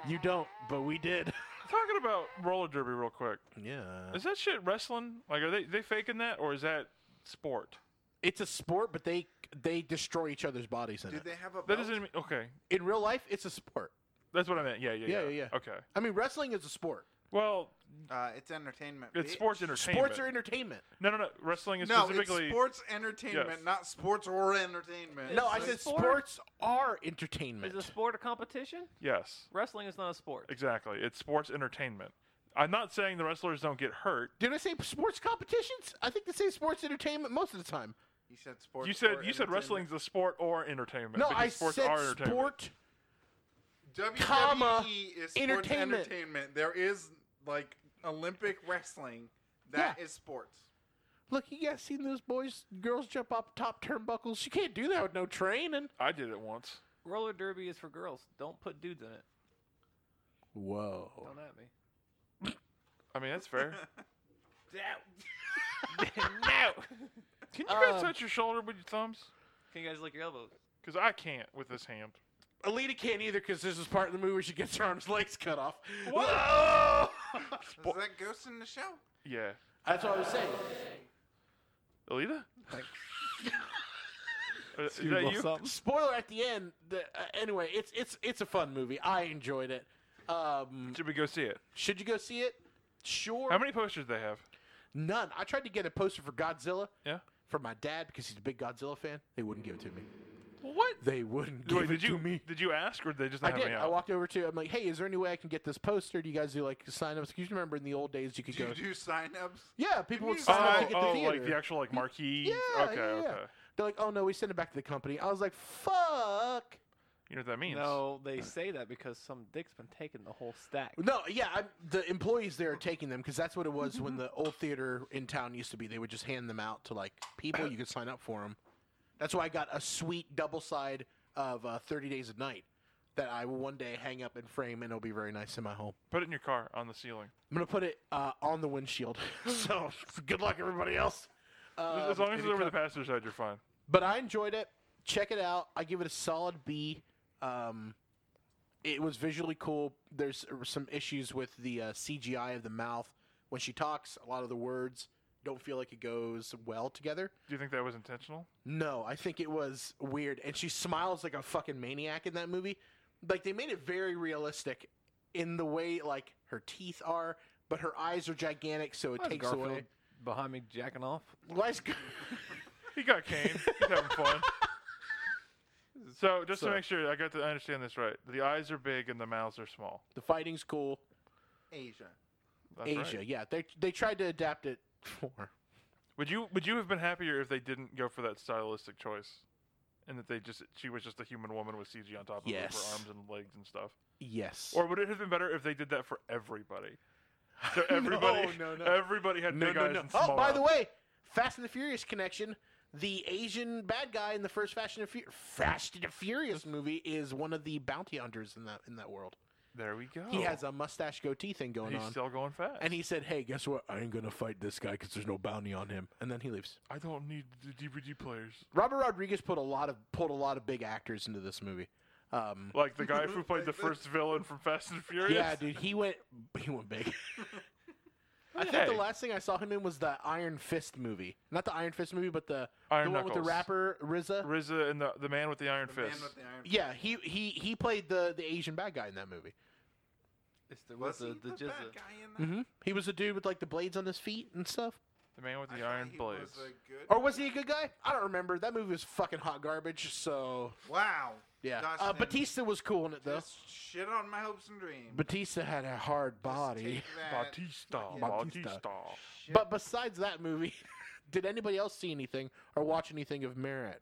S1: You don't, but we did. (laughs)
S2: Talking about roller derby real quick.
S1: Yeah.
S2: Is that shit wrestling? Like, are they they faking that or is that sport?
S1: It's a sport, but they they destroy each other's bodies in
S4: Did
S1: it.
S4: they have a
S2: That
S4: belt?
S2: doesn't mean okay.
S1: In real life, it's a sport.
S2: That's what I meant. Yeah, yeah, yeah,
S1: Yeah, yeah, yeah.
S2: Okay.
S1: I mean, wrestling is a sport.
S2: Well,
S4: uh, it's entertainment.
S2: it's
S4: bitch.
S2: sports entertainment.
S1: Sports are entertainment.
S2: no, no, no. Wrestling is
S4: No, it's
S2: specifically
S4: sports entertainment,
S2: Yes.
S4: not sports or entertainment.
S1: No, I
S3: It's a
S1: said
S3: sport.
S1: sports are entertainment.
S3: Is a sport a competition?
S2: yes,
S3: Wrestling is not a sport.
S2: exactly. It's sports entertainment. I'm not saying the wrestlers don't get hurt.
S1: Did I say sports competitions? I think they say sports entertainment most of the time.
S4: You said sports.
S2: You said
S4: or
S2: you said
S4: entertainment.
S2: wrestling's a sport or entertainment.
S1: No,
S2: because
S1: I
S2: sports
S1: said
S2: are entertainment.
S1: sport.
S4: WWE
S1: comma,
S4: E is sports
S1: entertainment.
S4: entertainment. There is like Olympic wrestling. That is
S1: Yeah.
S4: sports.
S1: Look, you guys seen those boys, girls jump up top turnbuckles? You can't do that with no training.
S2: I did it once.
S3: Roller derby is for girls. Don't put dudes in it.
S1: Whoa.
S3: Don't at me.
S2: I mean,
S1: (laughs)
S2: that's
S4: (laughs)
S2: fair.
S3: no.
S2: Can you guys
S1: Um,
S2: touch your shoulder with your thumbs?
S3: Can you guys lick your elbows?
S2: Because I can't with this hand.
S1: Alita can't either because this is part of the movie where she gets her arms legs cut off.
S4: Is that Ghost in the Shell?
S2: (laughs) Yeah.
S1: That's what I was saying.
S2: Alita?
S3: Thanks.
S2: Uh, Is that you?
S1: Spoiler at the end. The, uh, anyway, it's it's it's a fun movie. I enjoyed it. Um,
S2: Should we go see it?
S1: should you go see it? Sure.
S2: How many posters do they have?
S1: None. I tried to get a poster for Godzilla
S2: Yeah.
S1: from my dad because he's a big Godzilla fan. They wouldn't give it to me.
S2: What?
S1: They wouldn't give
S2: Wait,
S1: it
S2: did you
S1: to me.
S2: did you ask or did they just
S1: I
S2: not have
S1: did.
S2: any
S1: I
S2: out?
S1: walked over to. I'm like, hey, is there any way I can get this poster? Do you guys do like sign ups? Because you remember in the old days you could
S4: Do
S1: go.
S4: you do sign-ups?
S1: yeah, people would
S4: you
S1: sign up
S2: oh,
S1: to get
S2: oh,
S1: the theater.
S2: like the actual like marquee.
S1: Yeah,
S2: okay,
S1: yeah,
S2: okay.
S1: yeah. They're like, oh no, we send it back to the company. I was like, fuck.
S2: You know what that means?
S3: No, they say that because some dick's been taking Uh, the whole stack.
S1: No, yeah, I'm, the employees there are taking them because that's what it was when the old theater in town used to be. They would just hand them out to like people. You could sign up for them. That's why I got a sweet double side of uh, Thirty Days of Night that I will one day hang up and frame, and it'll be very nice in my home.
S2: Put it in your car on the ceiling.
S1: I'm gonna put it uh, on the windshield. (laughs) so good luck, everybody else.
S2: As- as
S1: Um,
S2: long
S1: if
S2: as it's
S1: you
S2: over the passenger side, you're fine.
S1: but I enjoyed it. Check it out. I give it a solid B. Um, it was visually cool. There's some issues with the uh, CGI of the mouth when she talks. A lot of the words don't feel like it goes well together.
S2: Do you think that was intentional? (laughs)
S1: No, I think it was weird. And she smiles like a fucking maniac in that movie. Like they made it very realistic in the way like her teeth are, but her eyes are gigantic, so it
S3: Why is
S1: takes
S3: Garfield
S1: away.
S3: behind me jacking off.
S1: Why is-
S2: He got cane. He's
S1: (laughs)
S2: having fun. So just
S1: So-
S2: to make sure I got to understand this right, the eyes are big and the mouths are small.
S1: (laughs) the fighting's cool.
S4: Asia.
S2: That's right.
S1: Asia, yeah, they they tried to adapt it for.
S2: Would you would you have been happier if they didn't go for that stylistic choice, and that they just she was just a human woman with CG on top of her
S1: Yes.
S2: for arms and legs and stuff?
S1: Yes.
S2: Or would it have been better if they did that for
S1: (laughs)
S2: everybody? So everybody,
S1: no, no.
S2: everybody had
S1: no,
S2: big
S1: no,
S2: eyes
S1: no.
S2: and small.
S1: Oh, by the
S2: eyes.
S1: way, Fast and the Furious connection. The Asian bad guy in the first Fast and, the Fu- Fast and the Furious movie is one of the bounty hunters in that in that world.
S2: there we go.
S1: He has a mustache goatee thing going
S2: He's
S1: on,
S2: still going fast.
S1: and he said, "Hey, guess what? I ain't gonna fight this guy because there's no bounty on him." And then he leaves.
S2: I don't need the DVD players.
S1: (laughs) Robert Rodriguez put a lot of pulled a lot of big actors into this movie. Um,
S2: Like the guy who played the first villain from Fast and Furious.
S1: yeah, dude, he went he went big. I think the
S2: Hey.
S1: last thing I saw him in was the Iron Fist movie, not the Iron Fist movie, but the
S2: Iron
S1: the one with the
S2: Knuckles.
S1: rapper RZA.
S2: RZA and the the man with the iron
S4: The man
S2: fist.
S4: with the iron.
S1: Yeah, he he he played the the Asian bad guy in that movie.
S3: It's the,
S4: Was he
S3: the,
S4: the,
S3: the
S4: bad
S3: jizza.
S4: guy in that?
S1: Mm-hmm. He was a dude with like the blades on his feet and stuff.
S2: the man with
S4: I
S2: the
S4: thought
S2: iron
S4: he was
S2: blades.
S4: a good-
S1: Or was he a good guy? I don't remember. That movie was fucking hot garbage. So
S4: Wow.
S1: yeah, uh,
S4: Dustin,
S1: Batista was cool in it though.
S4: Just shit on my hopes and dreams.
S1: Batista had a hard
S4: Just
S1: body.
S4: take that
S2: Batista,
S4: fucking
S2: Batista.
S1: Batista.
S4: shit.
S1: But besides that movie, (laughs) did anybody else see anything or watch anything of merit?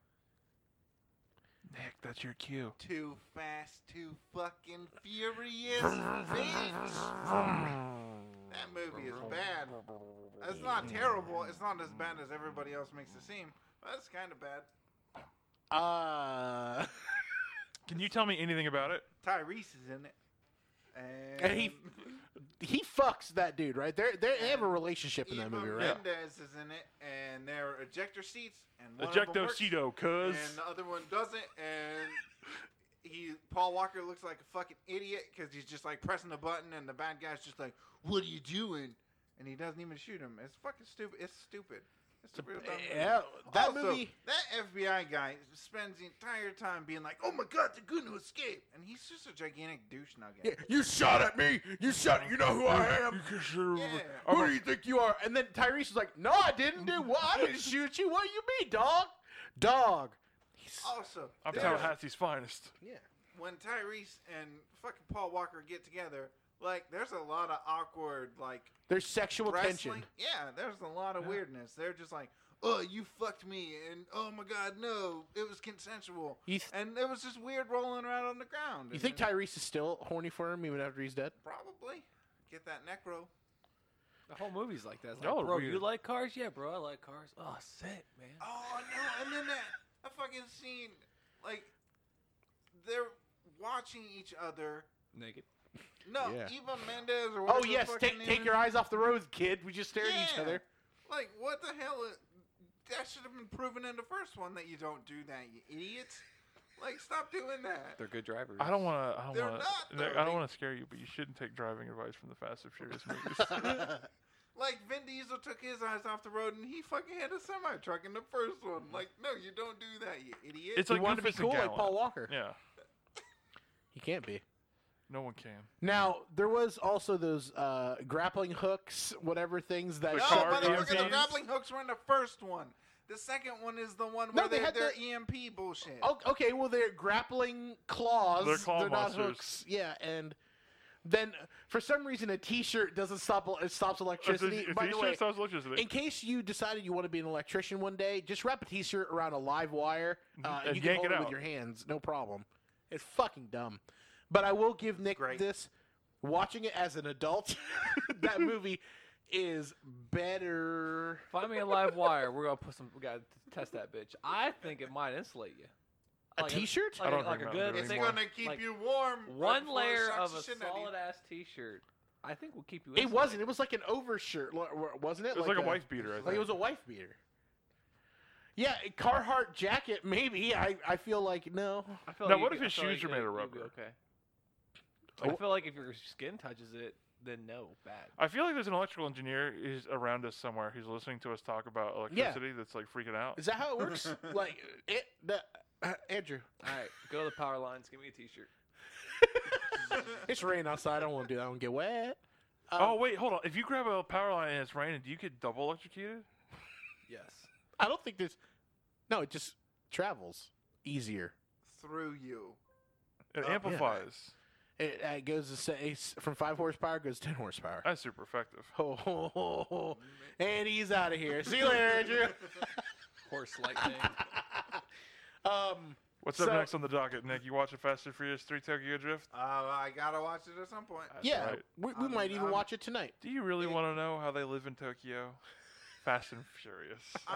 S2: Nick, that's your cue.
S4: too fast, too fucking furious. bitch. That movie is bad. It's not terrible. It's not as bad as everybody else makes it seem. But it's kind of bad.
S1: Uh,
S2: Can you tell me anything about it?
S4: Tyrese is in it. And,
S1: And he- he fucks that dude, right? They're, they're, they have a relationship in
S4: Eva
S1: that movie, right?
S4: Mendes is in it, and there are ejector seats, and one of them
S2: Ejecto
S4: works,
S2: Cedo, cuz.
S4: and
S1: uh,
S4: the other one doesn't, and he Paul Walker looks like a fucking idiot because he's just like pressing the button, and the bad guy's just like, "What are you doing?" And he doesn't even shoot him. It's fucking stupid. It's stupid. It's a real dumb movie.
S1: Yeah, that
S4: Also,
S1: movie.
S4: That FBI guy spends the entire time being like, "Oh my God, they're going to escape," and he's just a gigantic douche nugget.
S1: You shot at me. You shot. You know who I am.
S4: Yeah.
S1: Who do you think you are? And then Tyrese was like, No, I didn't do what? I
S4: (laughs)
S1: didn't shoot you. What do you mean, dog? Dog.
S4: Also,
S2: I'm
S4: there's-
S2: Tallahassee's finest.
S4: when Tyrese and fucking Paul Walker get together, like, there's a lot of awkward like
S1: There's sexual
S4: wrestling.
S1: tension.
S4: Yeah, there's a lot of weirdness. They're just like, "Oh, you fucked me," and "Oh my God, no, it was consensual,"
S1: You, th-
S4: and it was just weird rolling around on the ground.
S1: you
S4: and
S1: think
S4: then-
S1: Tyrese is still horny for him even after he's dead?
S4: Probably get that necro.
S3: (laughs) The whole movie's like that. It's
S2: Y'all
S3: like,
S2: are
S3: bro, you
S2: weird.
S3: like cars? Yeah, bro, I like cars. Oh, sick, man.
S4: Oh no! And then that that fucking scene, like they're watching each other.
S3: Naked.
S4: No,
S1: Yeah.
S4: Eva Mendes or whatever
S1: Oh,
S4: the
S1: yes.
S4: fucking
S1: Take,
S4: name
S1: take
S4: is.
S1: your eyes off the road, kid. We just stared at each
S4: Yeah.
S1: other.
S4: Like what the hell? is- That should have been proven in the first one that you don't do that, you idiots. Like stop doing that.
S3: They're good drivers.
S2: I don't want to. I
S4: They're
S2: don't want
S4: not,
S2: to.
S4: though.
S2: I
S4: They-
S2: don't want to scare you, but you shouldn't take driving advice from the Fast and Furious movies.
S4: Like Vin Diesel took his eyes off the road and he fucking hit a semi truck in the first one. Like no, you don't do that, you idiot.
S2: It's
S1: he
S2: like
S1: wanted to be
S2: Goofus and
S1: cool like
S2: Gallant.
S1: Paul Walker.
S2: yeah,
S1: He can't be.
S2: no one can.
S1: Now, there was also those uh, grappling hooks, whatever things that.
S2: The
S4: no,
S2: car
S4: motherfucker, the
S2: EMPs?
S4: grappling hooks were in the first one. The second one is the one where
S1: they
S4: they
S1: had
S4: had their
S1: the-
S4: EMP bullshit.
S1: Oh, okay, well they're grappling claws.
S2: They're claw
S1: not
S2: monsters.
S1: hooks. Yeah, and then uh, for some reason a T-shirt doesn't stop. It stops electricity.
S2: If, if
S1: By
S2: he
S1: the way,
S2: shoots those electricity,
S1: in case you decided you want to be an electrician one day, just wrap a T-shirt around a live wire. Uh,
S2: Mm-hmm. And
S1: you can
S2: yank
S1: hold
S2: it
S1: with
S2: out.
S1: your hands, no problem. It's fucking dumb, but I will give Nick
S4: Great.
S1: this. Watching it as an adult, (laughs)
S2: (laughs)
S1: that movie is better.
S3: Find me a live wire. We're gonna put some. We gotta test that bitch. I think it might insulate you.
S1: A
S3: Like a-
S1: T-shirt?
S3: Like,
S2: don't
S3: a, like
S2: think
S3: a
S2: about
S3: good.
S2: it
S4: it's
S3: thick-
S2: anymore.
S4: gonna keep
S3: like,
S4: you warm.
S3: One
S4: Right,
S3: layer
S4: sucks
S3: of
S4: the
S3: a
S4: shit out of you.
S3: solid ass T-shirt. I think will keep you.
S1: It
S3: insulated.
S1: wasn't. It was like an overshirt, lo- wasn't it?
S2: it's like, a, wife beater. I think.
S1: Like it was a wife beater. Yeah, a Carhartt jacket, maybe. I, I feel like no.
S3: I feel
S2: Now,
S3: you
S2: what
S3: could-
S2: if his
S3: I feel
S2: shoes are made
S3: it-
S2: of
S3: you'd be
S2: rubber?
S3: Okay. I
S1: Oh.
S3: feel like if your skin touches it, then no, bad.
S2: I feel like there's an electrical engineer is around us somewhere who's listening to us talk about electricity. That's like freaking out.
S1: Is that how it works?
S2: (laughs)
S1: like it, the, uh, Andrew.
S3: All right, go to the power lines. Give me a T-shirt.
S1: (laughs) It's raining outside. I don't want to do that. I want to get wet. Um,
S2: oh wait, hold on. If you grab a power line and it's raining, do you get double electrocuted?
S3: Yes.
S1: I don't think there's. No, it just travels easier.
S4: through you.
S2: It
S4: Oh, yeah.
S2: amplifies.
S1: It, uh, goes to say s- from five horsepower goes ten horsepower.
S2: That's super effective.
S1: (laughs) Oh, ho, ho, ho. and he's out of here. See you later, Andrew. (laughs)
S3: Horse lightning.
S1: um,
S2: What's
S1: So-
S2: up next on the docket, Nick? You watching Fast and Furious Three Tokyo Drift?
S4: (laughs) Uh, I gotta watch it at some point.
S2: That's
S1: yeah,
S2: right.
S1: we, we
S4: Um,
S1: might even
S4: um,
S1: watch it tonight.
S2: Do you really
S4: It-
S2: want to know how they live in Tokyo? Fast and Furious.
S4: Uh,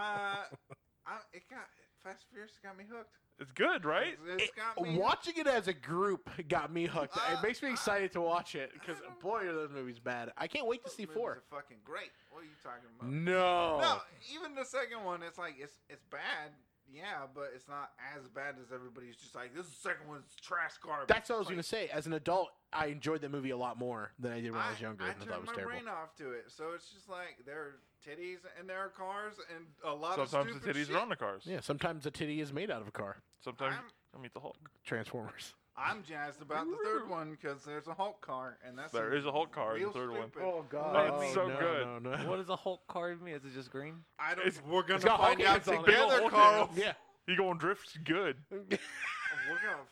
S4: I, it got Fast and Furious got me hooked.
S2: It's good, right?
S4: It's, it's
S1: It-
S4: got me.
S1: Watching it as a group got me hooked.
S4: Uh,
S1: it makes
S4: (laughs)
S1: me
S4: uh,
S1: excited to watch it because
S4: I don't-
S1: boy, are those movies bad. I can't wait to
S4: Those
S1: see
S4: movies
S1: four.
S4: Are fucking great. What are you talking about?
S1: No.
S4: No, even the second one, it's like it's it's bad. Yeah, but it's not as bad as everybody's just like this. Is the second one's trash garbage.
S1: that's what I was
S4: Like,
S1: gonna say. As an adult, I enjoyed that movie a lot more than I did when I, was
S4: I-
S1: younger.
S4: I,
S1: and I thought it
S4: turned
S1: was
S4: my
S1: terrible.
S4: brain off to it, so it's just like there are titties and there are cars and a lot
S2: Sometimes
S4: of
S2: the
S4: stupid
S2: titties
S4: shit.
S2: are on the cars.
S1: Yeah, sometimes a titty is made out of a car.
S2: Sometimes
S4: I'm-
S2: I meet the Hulk.
S1: (laughs) Transformers.
S4: I'm jazzed about the third one because there's a Hulk car, and that's
S2: There is a Hulk car in the
S4: real
S2: third one.
S4: stupid.
S1: God,
S2: Oh, it's so
S1: no,
S2: good.
S1: No, no.
S3: (laughs) what does a Hulk car even mean? Is it just green?
S4: I don't.
S2: It's-
S4: we're gonna
S1: it's got
S4: find
S1: Hulk
S4: out
S1: hands on it.
S2: Big
S4: together,
S2: old Hulk
S1: (laughs)
S4: Carl.
S2: hands.
S1: yeah.
S2: You going drift? Good.
S4: We're gonna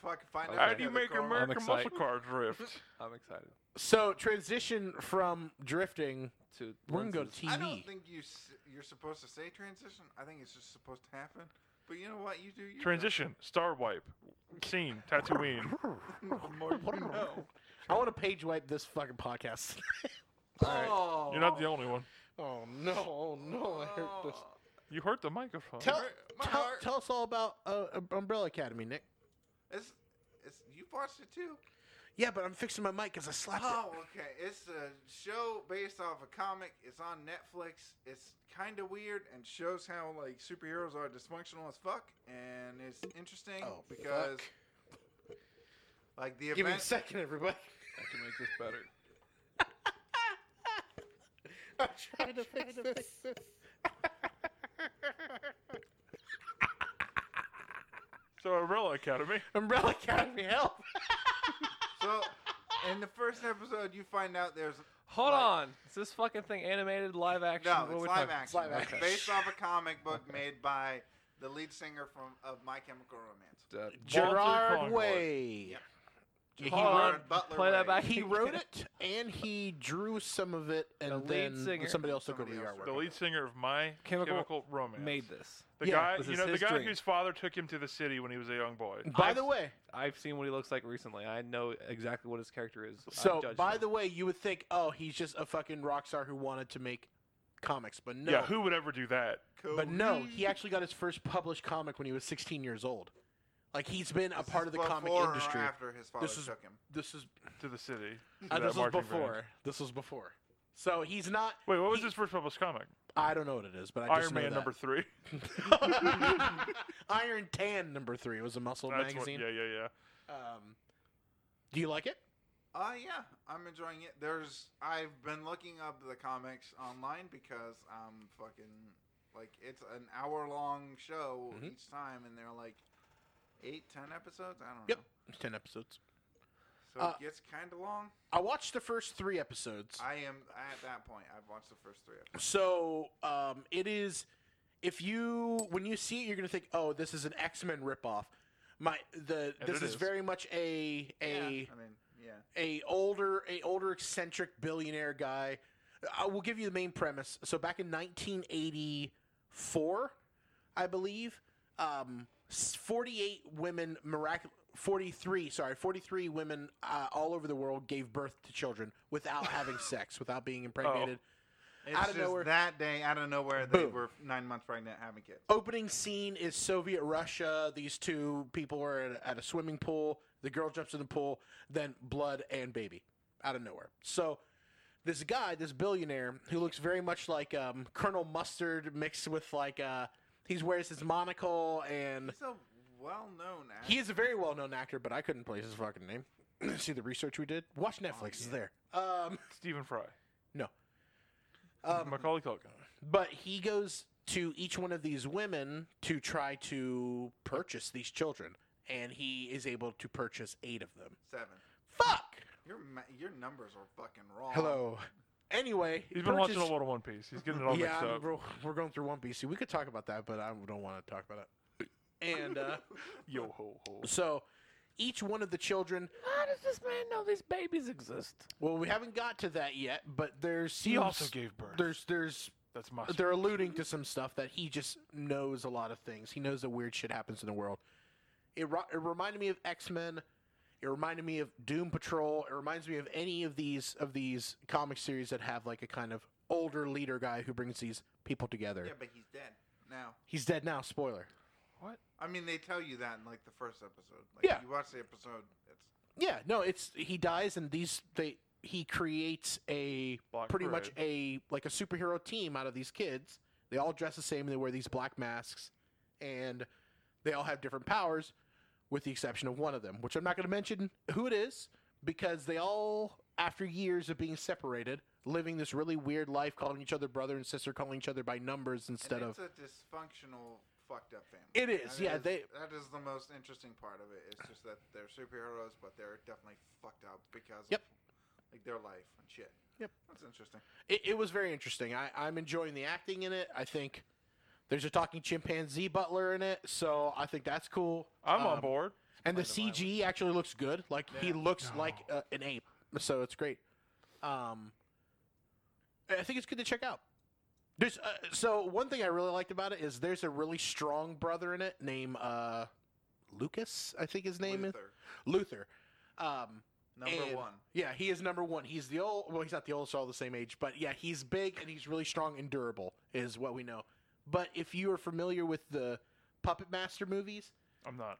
S4: fucking find out.
S2: How do
S4: together,
S2: you make an
S4: Carl.
S2: American muscle
S3: excited.
S2: car
S4: (laughs)
S2: drift?
S3: I'm excited.
S1: So transition from drifting.
S3: To
S1: We're gonna go to
S3: lenses.
S1: TV.
S4: I don't think you s- you're supposed to say transition. I think it's just supposed to happen. But you know what? You do you
S2: Transition. Star wipe. Scene. Tatooine.
S4: Know. The
S1: (laughs)
S4: more you know.
S1: I want to page wipe this fucking podcast.
S4: Oh,
S2: You're not the only one.
S1: oh no! Oh no! I hurt this.
S2: You hurt the microphone.
S1: Tell,
S4: hurt my
S1: tell,
S4: heart.
S1: tell us all about uh, Um- Umbrella Academy, Nick.
S4: It's, it's you've watched it too.
S1: Yeah, but I'm fixing my mic because I slapped
S4: Oh, okay. It's a show based off a comic. It's on Netflix. It's kind of weird and shows how like superheroes are dysfunctional as fuck. And it's interesting
S1: Oh,
S4: because
S1: fuck.
S4: like the
S1: Give me a
S4: event.
S1: second, everybody. (laughs)
S3: I can make this better.
S1: I'm trying to fix this.
S2: So Umbrella Academy.
S1: Umbrella Academy, help!
S4: So, in the first episode, you find out there's
S3: Hold
S4: Like-
S3: on. Is this fucking thing animated, live action?
S4: no,
S3: What
S4: it's
S3: we
S4: live
S3: talking-
S4: action.
S1: live action.
S4: It's based
S1: (laughs)
S4: off a comic book made by the lead singer from of My Chemical Romance.
S3: Uh,
S2: Walter
S1: Gerard
S2: Conrad.
S1: Way.
S4: Yep.
S1: Yeah,
S3: Hold on.
S4: (laughs) Gerard Butler
S3: Play that
S4: Way.
S3: back.
S1: He, he wrote it and he drew some of it, and
S3: The lead
S1: then
S3: singer-
S1: somebody else took over the
S4: Somebody else
S1: artwork.
S2: The lead singer of My
S3: Chemical
S2: Chemical, Romance.
S3: Made this.
S2: The
S1: Yeah,
S2: guy,
S3: this
S2: you
S3: is
S2: know, the
S3: his
S2: guy
S3: dream.
S2: whose father took him to the city when he was a young boy.
S1: By
S3: I've-
S1: the way,
S3: I've seen what he looks like recently. I know exactly what his character is. I've
S1: so
S3: judged
S1: by
S3: him.
S1: the way, you would think, oh, he's just a fucking rock star who wanted to make comics, but no.
S2: Yeah, who would ever do that?
S4: Cool.
S1: But no, he actually got his first published comic when he was 16 years old. Like he's been a
S4: This
S1: part
S4: is
S1: of the comic
S4: before or
S1: industry.
S4: After his father
S1: is-
S4: took him.
S1: This is
S2: To the city.
S1: uh,
S2: to that
S1: this was
S2: marching band.
S1: before. This was before. So he's not.
S2: Wait, what was
S1: he-
S2: his first published comic?
S1: I don't know what it is, but I just
S2: Iron
S1: know
S2: Man
S1: that.
S2: number three.
S1: (laughs) Iron Tan number three was a muscle
S2: That's what, yeah,
S1: magazine.
S2: yeah, yeah.
S1: Um, do you like it?
S4: Uh, yeah, I'm enjoying it. There's, I've been looking up the comics online because I'm fucking like it's an hour long show
S1: Mhm.
S4: each time, and they're like eight, ten episodes. I don't
S1: Yep.
S4: know.
S1: It's ten episodes.
S4: So
S1: Uh,
S4: it gets kind of long.
S1: I watched the first three episodes.
S4: I am at that point. I've watched the first three episodes.
S1: So um, it is. If you when you see it, you're gonna think, "Oh, this is an X Men ripoff." My the
S2: And
S1: this
S2: it
S1: is
S2: is.
S1: very much a
S4: yeah, I
S1: a
S4: mean, yeah,
S1: a older a older eccentric billionaire guy. I will give you the main premise. So back in 1984, I believe, um, s- 48 women mirac 43 sorry 43 women uh, all over the world gave birth to children without having sex without being impregnated
S4: it's
S1: Out of
S4: just
S1: nowhere-
S4: that day out of nowhere they
S1: Boom.
S4: were nine months pregnant having kids.
S1: opening scene is Soviet Russia. These two people are at a, at a swimming pool. The girl jumps in the pool, then blood and baby out of nowhere. So this guy, this billionaire, who looks very much like um, Colonel Mustard mixed with like uh, he's wears his monocle and
S4: He's a well-known actor.
S1: he is a very well known actor, but I couldn't place his fucking name. (clears throat) See the research we did. Watch Netflix; it's there. Um,
S2: Stephen Fry.
S1: um,
S2: Macaulay Culkin.
S1: But he goes to each one of these women to try to purchase these children, and he is able to purchase eight of them.
S4: seven.
S1: Fuck.
S4: Your ma- your numbers are fucking wrong.
S1: Hello. Anyway,
S2: He's been watching
S1: purchase-
S2: a lot of One Piece. He's getting it all
S1: yeah,
S2: mixed
S1: I'm-
S2: up.
S1: We're, we're going through One Piece. See, We could talk about that, but I don't want to talk about it. And uh,
S2: Yo ho ho.
S1: so, each one of the children.
S3: How does this man know these babies exist?
S1: Well, we haven't got to that yet, but there's
S2: He also gave birth.
S1: there's there's
S2: That's my.
S1: they're alluding to some stuff that he just knows a lot of things. He knows that weird shit happens in the world. It, ro- it reminded me of X Men. It reminded me of Doom Patrol. It reminds me of any of these of these comic series that have like a kind of older leader guy who brings these people together.
S4: Yeah, but he's dead now.
S1: He's dead now. Spoiler.
S4: I mean, they tell you that in like the first episode. Like,
S1: Yeah.
S4: You watch the episode. It's
S1: Yeah, no, it's he dies and these they he creates a
S2: Black
S1: pretty much
S2: Parade.
S1: a like a superhero team out of these kids. They all dress the same. They wear these black masks, and they all have different powers, with the exception of one of them, which I'm not going to mention who it is because they all, after years of being separated, living this really weird life, calling each other brother and sister, calling each other by numbers
S4: and
S1: instead
S4: it's
S1: of.
S4: a dysfunctional, fucked up family.
S1: It is,
S4: That
S1: yeah, they-
S4: that is the most interesting part of it. It's just that they're superheroes, but they're definitely fucked up because
S1: Yep.
S4: of like their life and shit.
S1: Yep.
S4: That's interesting.
S1: It, it was very interesting. I, I'm enjoying the acting in it. I think there's a talking chimpanzee butler in it, so I think that's cool.
S2: I'm
S1: Um,
S2: on board.
S1: And the CG actually looks good. Like he
S4: Yeah.
S1: looks like uh, an ape, so it's great. Um, I think it's good to check out. There's uh, so one thing I really liked about it is there's a really strong brother in it named uh, Lucas. I think his name
S4: Luther,
S1: is Luther. Um,
S4: number
S1: and-
S4: one.
S1: yeah, he is number one. He's the old. Well, he's not the oldest. They're all the same age, but yeah, he's big and he's really strong and durable, is what we know. But if you are familiar with the Puppet Master movies,
S2: I'm not.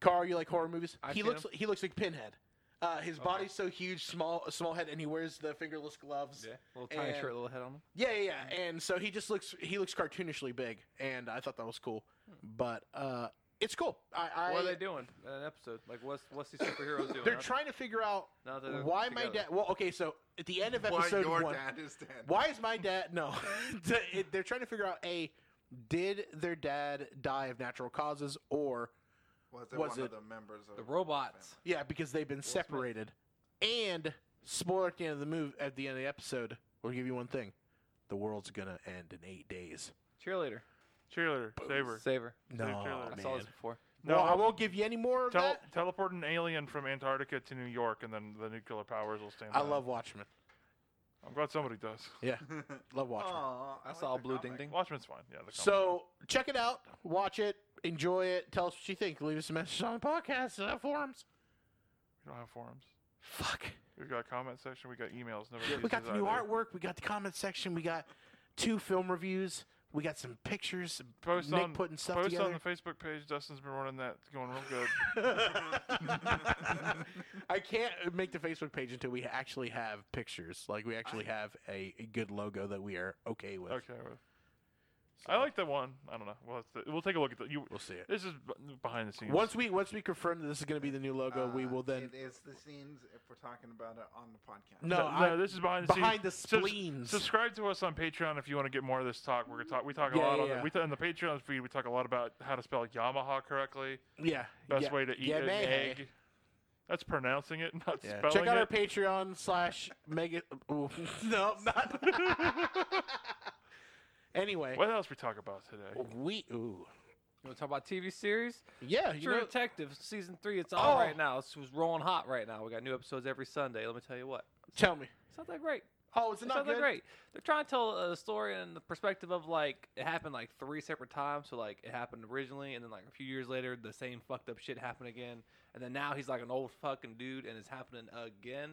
S1: Carl, you like horror movies?
S3: I've
S1: he
S3: seen
S1: looks. He looks like Pinhead. Uh, his
S3: Okay.
S1: body's so huge, small, small head, and he wears the fingerless gloves.
S3: Yeah. Little tiny
S1: And-
S3: shirt, little head on him.
S1: Yeah, yeah, yeah. And so he just looks. He looks cartoonishly big, and I thought that was cool. But uh, it's cool. I, I
S3: What are they doing in an episode? Like, what's what's these superheroes doing?
S1: They're
S3: huh?
S1: trying to figure out
S3: Now that they're
S1: why my
S3: together.
S1: dad. Well, okay, so at the end of
S4: Why
S1: episode
S4: your
S1: one,
S4: dad is dead?
S1: Why is my dad no? (laughs) To- it- They're trying to figure out a did their dad die of natural causes or
S4: Was it
S1: Was
S4: one
S1: it
S4: of the members of
S3: The
S4: (laughs)
S2: (laughs)
S3: robots.
S1: Yeah, because they've been
S4: Smith.
S1: separated. And spoiler at the end of the move at the end of the episode, we'll give you one thing. The world's gonna end in eight days.
S3: Cheerleader.
S2: Cheerleader, Saber.
S3: Saver.
S1: No,
S2: Taylor.
S1: man.
S3: I saw this before.
S1: No, I
S2: No.
S1: won't give you any more of
S2: Tel-
S1: that.
S2: teleport an alien from Antarctica to New York, and then the nuclear powers will stand.
S1: I
S2: down.
S1: love Watchmen.
S2: I'm glad somebody does.
S1: Yeah,
S4: family.
S1: love Watchmen.
S2: Oh.
S4: Aw,
S3: I
S4: I like
S3: saw
S4: the
S3: Blue
S4: comic.
S3: Ding Ding.
S2: Watchmen's fine. Yeah. The comic.
S1: So check it out, watch it, enjoy it. Tell us what you think. Leave us a message on the podcast uh, forums.
S2: we don't have forums.
S1: Fuck.
S2: We've got comment section. We got emails. Nobody
S1: We got
S2: uses
S1: the new
S2: either.
S1: artwork. We got the comment section. We got two film reviews. We got some pictures. some
S2: Post
S1: Nick
S2: on
S1: putting stuff
S2: post
S1: together.
S2: on the Facebook page. Dustin's been running that. It's going real
S1: (laughs)
S2: good.
S1: I can't make the Facebook page until we actually have pictures. Like we actually have a, a good logo that we are okay with.
S2: okay. well, I like that one. I don't know. We'll, have to, we'll take a look at that. You.
S1: We'll see it.
S2: This is b- behind the scenes.
S1: Once we once we confirm that this is going to be the new logo, we
S4: Uh,
S1: will then.
S4: It is the scenes if we're talking about it on the podcast.
S1: No,
S2: no,
S1: I-
S2: no, this is behind the
S1: behind the
S2: scenes. Sus-
S1: spleens.
S2: subscribe to us on Patreon if you want to get more of this talk. We're gonna talk. We talk a
S1: Yeah,
S2: lot
S1: yeah,
S2: on the,
S1: yeah.
S2: we th- on the Patreon feed. We talk a lot about how to spell Yamaha correctly.
S1: yeah,
S2: Best
S1: yeah,
S2: way to eat
S1: yeah,
S2: an
S1: may hey.
S2: egg. That's pronouncing it, (laughs) not
S1: Yeah.
S2: spelling
S1: Check out
S2: it.
S1: our Patreon slash
S2: (laughs)
S1: Mega. ooh, no, not. anyway,
S2: what else we talk about today?
S1: we ooh
S3: You want to talk about TV series?
S1: yeah, you
S3: True
S1: know,
S3: Detective season three. It's on
S1: Oh.
S3: right now. It's, it's rolling hot right now. We got new episodes every Sunday. Let me tell you what.
S1: tell me.
S3: It's not that great.
S1: Oh, is it
S3: It's
S1: not
S3: not
S1: good?
S3: that great. They're trying to tell a story in the perspective of like it happened like three separate times. So like it happened originally, and then like a few years later, the same fucked up shit happened again. And then now he's like an old fucking dude, and it's happening again.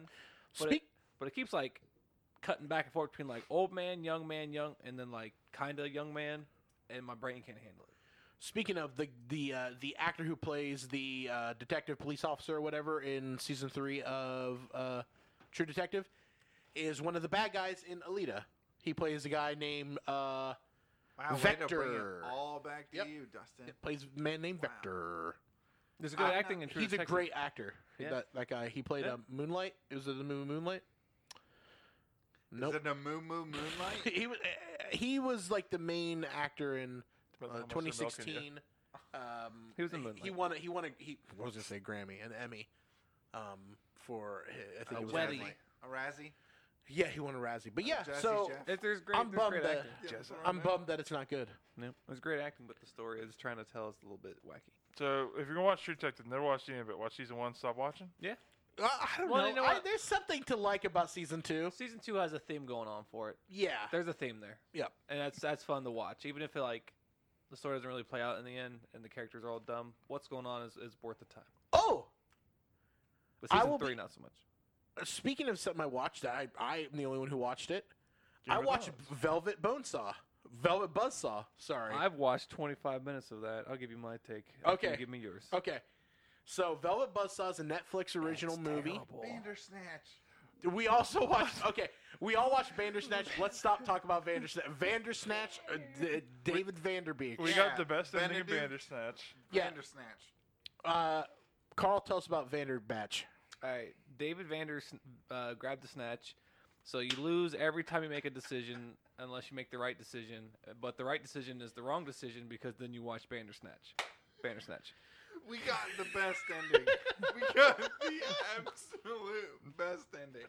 S3: But
S1: Speak.
S3: it, but it keeps like cutting back and forth between like old man, young man, young, and then like kind of young man, and my brain can't handle it.
S1: Speaking of the the uh, the actor who plays the uh, detective police officer or whatever in season three of uh, True Detective is one of the bad guys in Alita. He plays a guy named uh,
S4: Wow, way to bring it
S1: Vector.
S4: all back to
S1: Yep.
S4: you, Dustin.
S1: plays a man named
S4: Wow.
S1: Vector.
S3: There's good
S1: Uh,
S3: acting in True
S1: He's a
S3: Detective.
S1: great actor.
S3: Yeah.
S1: That that guy. He played
S3: Yeah.
S1: uh, Moonlight. It was in the movie Moonlight. Nope.
S4: Is it a moo moo moonlight?
S1: (laughs) he was uh, he was like the main actor in
S2: Depends
S1: uh,
S2: on how much they're milking you.
S1: 2016. Um,
S3: He was in
S1: He
S3: Moonlight.
S1: won. A, he won. A, he I was gonna say Grammy and Emmy. Um, for I think it
S3: A
S1: was Uh,
S3: wedding.
S1: Moonlight.
S4: A Razzie?
S1: Yeah, he won a Razzie. But yeah,
S4: Jazzy
S1: so
S4: Jeff.
S3: If there's great,
S1: I'm
S3: there's great
S1: bummed that-
S3: acting.
S4: Yeah,
S2: Jazz-
S4: that's what
S1: I'm
S4: meant.
S1: bummed that it's not good.
S3: Yeah, there's great acting, but the story is trying to tell us a little bit wacky.
S2: So if you're gonna watch True Detective, never watch any of it. Watch season one. Stop watching.
S1: Uh, I don't
S3: Well,
S1: know.
S3: you know
S1: I-
S3: what?
S1: there's something to like about season two.
S3: Season two has a theme going on for it.
S1: Yeah,
S3: There's a theme there.
S1: Yep.
S3: And that's that's fun to watch, even if it, like the story doesn't really play out in the end and the characters are all dumb. What's going on is, is worth the time.
S1: Oh,
S3: But
S1: I
S3: season
S1: will
S3: three,
S1: be-
S3: not so much.
S1: speaking of something I watched, I I am the only one who watched it.
S2: Give
S1: I
S2: it a
S1: watched
S2: chance.
S1: Velvet Bonesaw, Velvet Buzzsaw. Sorry.
S3: I've watched 25 minutes of that. I'll give you my take. You
S1: Okay.
S3: give me yours.
S1: okay, so Velvet Buzzsaw is a Netflix original
S3: It's
S1: movie.
S3: terrible.
S4: Bandersnatch.
S1: We also watched. Okay, we all watched Bandersnatch. Let's stop talking about Vandersnatch. Vandersnatch, uh, D- David Vanderbeek.
S2: We
S4: Yeah,
S2: got the best ending of
S4: Benedict.
S2: Bandersnatch.
S1: Yeah.
S4: Bandersnatch.
S1: Uh, Carl, tell us about Vanderbatch.
S3: All right, David Vander sn- uh, grabbed the snatch. So you lose every time you make a decision, unless you make the right decision. Uh, But the right decision is the wrong decision because then you watch Bandersnatch. Bandersnatch.
S4: We got the best
S1: (laughs)
S4: ending. we got the absolute best ending.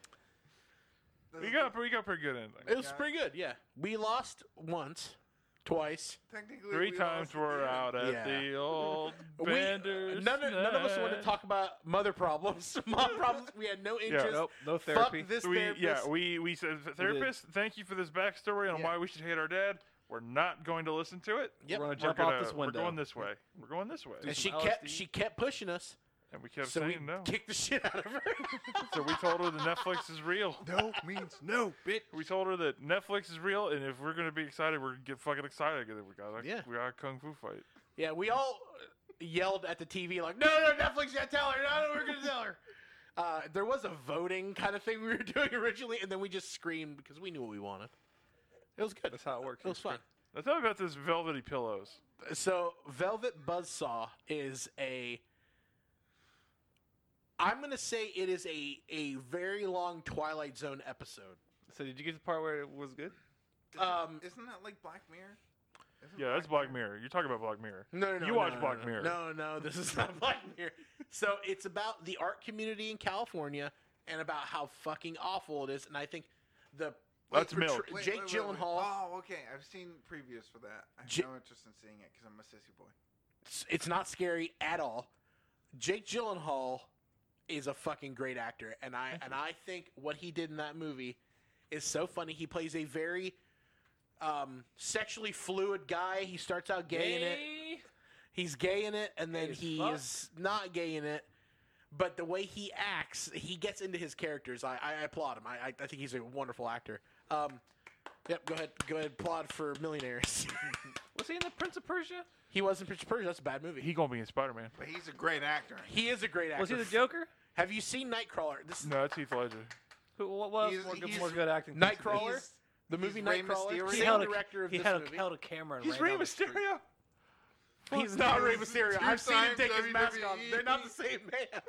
S2: We got we got pretty good ending.
S1: It was
S4: Yeah.
S1: pretty good. Yeah, we lost once, twice.
S4: technically
S2: Three
S4: we
S2: times
S4: lost at
S2: we're
S4: the end.
S2: out at
S1: Yeah.
S2: the old
S1: We,
S2: Bandersnatch.
S1: none, of, none of us want to talk about mother problems, (laughs) mom problems. We had no interest.
S3: Nope, no therapy.
S1: Fuck this
S2: We,
S1: therapist.
S2: yeah, we we said therapist. Thank you for this backstory on
S1: Yeah.
S2: why we should hate our dad. We're not going to listen to it.
S1: Yep.
S2: We're going to
S3: Jump
S2: jump out
S3: out this
S2: We're
S3: window.
S2: going this way. We're going this way.
S1: and
S3: some
S1: she kept
S3: LSD.
S1: she kept pushing us,
S2: And we kept
S1: so we
S2: saying no.
S1: kicked the (laughs) shit out of her.
S2: (laughs) So we told her that Netflix is real.
S4: No means no, bitch.
S2: We told her that Netflix is real, and if we're gonna be excited, we're gonna get fucking excited. 'cause We got a,
S1: Yeah.
S2: we got a kung fu fight.
S1: Yeah, we all yelled at the TV like, "No, no, Netflix, yeah, tell her! No, no, we're gonna (laughs) tell her." Uh, there was a voting kind of thing we were (laughs) doing originally, and then we just screamed because we knew what we wanted. It was good.
S3: That's how it works.
S1: It was fun.
S2: Now tell me about this velvety pillows.
S1: So, Velvet Buzzsaw is a. I'm gonna say it is a a very long Twilight Zone episode.
S3: So did you get to the part where it was good?
S1: Um,
S4: Isn't that like Black Mirror?
S2: Yeah, that's Black Mirror. You're talking about Black Mirror.
S1: No, no, no.
S2: You
S1: no,
S2: watch
S1: no,
S2: Black
S1: no,
S2: Mirror.
S1: No, no, this is not (laughs) Black Mirror. So it's about the art community in California and about how fucking awful it is. And I think the
S2: That's
S1: portray-
S2: milk.
S4: Wait,
S1: Jake
S4: wait, wait,
S1: Gyllenhaal.
S4: wait. Oh, okay. I've seen previews for that. I have
S1: Ja-
S4: no interest in seeing it because I'm a sissy boy.
S1: It's, it's not scary at all. Jake Gyllenhaal is a fucking great actor, and I and I think what he did in that movie is so funny. He plays a very um, sexually fluid guy. He starts out gay in it. He's gay in it, and then
S3: as
S1: he
S3: fuck.
S1: is not gay in it. But the way he acts, he gets into his characters. I, I applaud him. I, I, I think he's a wonderful actor. Um, yep, go ahead. Go ahead. Applaud for Millionaires. (laughs)
S3: Was he in the Prince of Persia?
S1: he was in Prince of Persia. That's a bad movie.
S2: He gonna be in Spider Man.
S4: But he's a great actor.
S1: He is a great actor.
S3: Was he the Joker?
S1: Have you seen Nightcrawler? This
S2: No, that's Heath Ledger.
S3: Who? What was
S4: He's-
S3: more, good-
S4: he's-
S3: more good acting? than
S1: Nightcrawler?
S3: Superman?
S1: Crawler? the movie
S4: Ray
S1: Nightcrawler.
S4: Mysterio.
S3: He
S1: Same
S3: held a
S1: director of
S3: he
S1: this
S3: held,
S1: movie.
S3: A, held a camera. And
S2: He's
S3: ran
S2: Rey
S3: down the street.
S2: Mysterio.
S1: He's not Ray Mysterio.
S4: Two
S1: I've seen him
S4: times
S1: take his mask off.
S4: WWE.
S1: They're not the same man.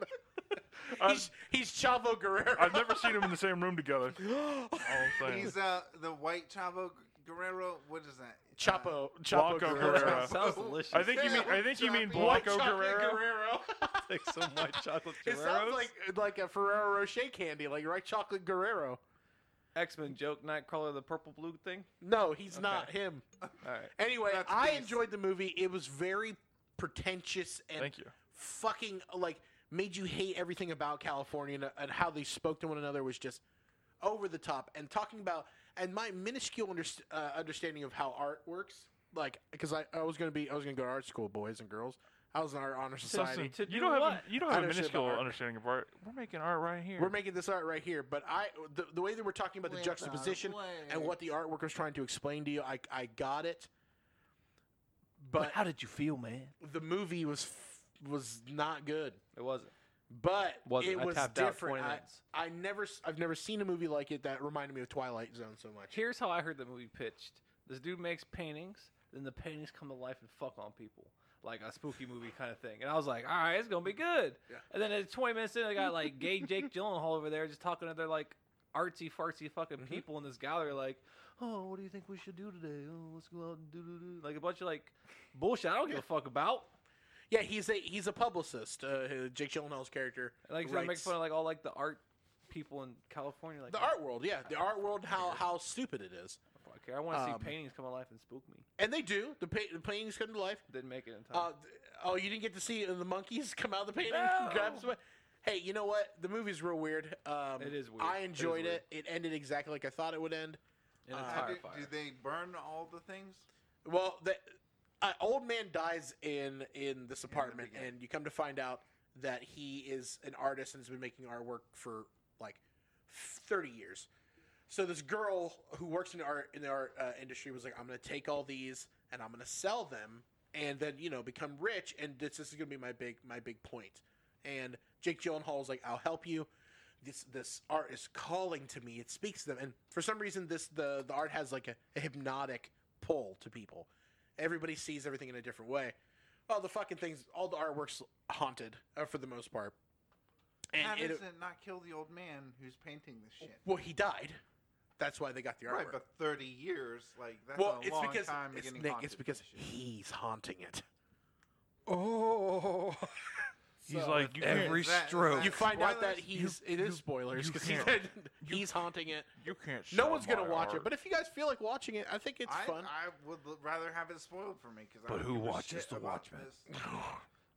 S2: I've,
S1: he's, he's Chavo Guerrero.
S2: I've never seen him in the same room together. All I'm saying.
S4: He's uh the white Chavo Guerrero. What is that? Uh,
S1: Chapo. Chapo
S2: Blanco
S1: Guerrero.
S2: Guerrero.
S3: Sounds delicious.
S2: I think you
S4: Yeah,
S2: mean I
S4: we're
S2: think you mean
S4: dropping-
S1: White
S2: Blanco
S1: chocolate
S2: Guerrero.
S1: Guerrero. (laughs)
S3: Take some white chocolate
S1: it sounds like like a Ferrero Rocher candy, like right chocolate Guerrero.
S3: X Men joke. Nightcrawler, the purple blue thing.
S1: No, he's
S3: Okay.
S1: not him.
S3: All right.
S1: Anyway,
S4: That's
S1: I
S4: beast.
S1: enjoyed the movie. It was very pretentious and
S2: Thank you.
S1: fucking like made you hate everything about California and, and how they spoke to one another was just over the top. And talking about and my minuscule underst- uh, understanding of how art works, like because I, I was gonna be I was gonna go to art school, boys and girls. I was in art honor society.
S2: Listen,
S3: to
S2: you
S3: do
S2: don't have a,
S3: what?
S2: you don't have a
S1: Understand
S2: minuscule
S1: art.
S2: understanding of art. We're making art right here.
S1: We're making this art right here, but I the, the way that we're talking about the
S4: Without
S1: juxtaposition and what the artwork was trying to explain to you, I I got it. But
S3: how did you feel, man?
S1: the movie was f- was not good,
S3: It wasn't.
S1: but
S3: Wasn't.
S1: it
S3: I
S1: was
S3: tapped out
S1: different.
S3: 20
S1: I,
S3: minutes.
S1: I never s- I've never seen a movie like it that reminded me of Twilight Zone so much.
S3: Here's how I heard the movie pitched. This dude makes paintings, then the paintings come to life and fuck on people. Like a spooky movie kind of thing. And I was like, all right, it's going to be good.
S1: Yeah.
S3: And then it's 20 minutes in, I got like gay Jake Gyllenhaal over there just talking to their like artsy fartsy fucking
S1: Mhm.
S3: people in this gallery, like, oh, what do you think we should do today? Oh, let's go out and do do do. Like a bunch of like bullshit I don't give a fuck about.
S1: Yeah, he's a he's a publicist. Uh, Jake Gyllenhaal's character,
S3: And like, trying to make
S1: writes-
S3: fun of like all like the art people in California. Like,
S1: the art world. Yeah, the art world. How how stupid it is,
S3: fuck here. I want to
S1: um,
S3: see paintings come to life and spook me.
S1: and they do. The pa- the paintings come to life.
S3: Didn't make it in time.
S1: Uh, th- oh, you didn't get to see the monkeys (laughs) come out of the painting?
S3: No.
S1: Grab some- Hey, you know what? The movie's real weird. Um,
S3: It is weird.
S1: I
S3: It is
S1: enjoyed it. It ended exactly like I thought it would end.
S3: in a
S1: uh,
S4: How
S3: tire
S4: do,
S3: fire.
S4: do they burn all the things?
S1: Well, the uh, old man dies in in this apartment,
S4: beginning.
S1: and you come to find out that he is an artist and has been making artwork for like thirty years. So this girl who works in the art in the art uh, industry was like, "I'm going to take all these and I'm going to sell them, and then you know become rich." And this, this is going to be my big my big point. And Jake Gyllenhaal was like, "I'll help you." This this art is calling to me. It speaks to them, and for some reason, this the the art has like a, a hypnotic pull to people. Everybody sees everything in a different way. All the fucking things, all the artworks haunted uh, for the most part.
S4: How
S1: And
S4: does
S1: it,
S4: it not kill the old man who's painting this shit?
S1: well, he died. That's why they got the artwork.
S4: Right, but 30 years, like that's
S1: well,
S4: a
S1: it's
S4: long
S1: because
S4: time
S1: it's,
S4: getting
S1: Nick,
S4: haunted
S1: it's because
S4: and shit.
S1: he's haunting it. Oh.
S2: He's like you can't,
S4: every-
S2: every,
S4: Is that- is
S1: You
S4: stroke.
S1: find out that
S4: Uh, Spoilers?
S1: he's it is spoilers (laughs) because
S2: you
S1: he's, he's haunting it.
S2: you can't.
S1: No
S2: show
S1: one's gonna
S2: my
S1: watch
S2: art.
S1: it, but if you guys feel like watching it, I think it's
S4: I,
S1: fun.
S4: I would l- rather have it spoiled for me because.
S6: But who
S4: give a
S6: watches
S4: shit
S6: The
S4: about
S6: Watchmen? (sighs)
S4: this.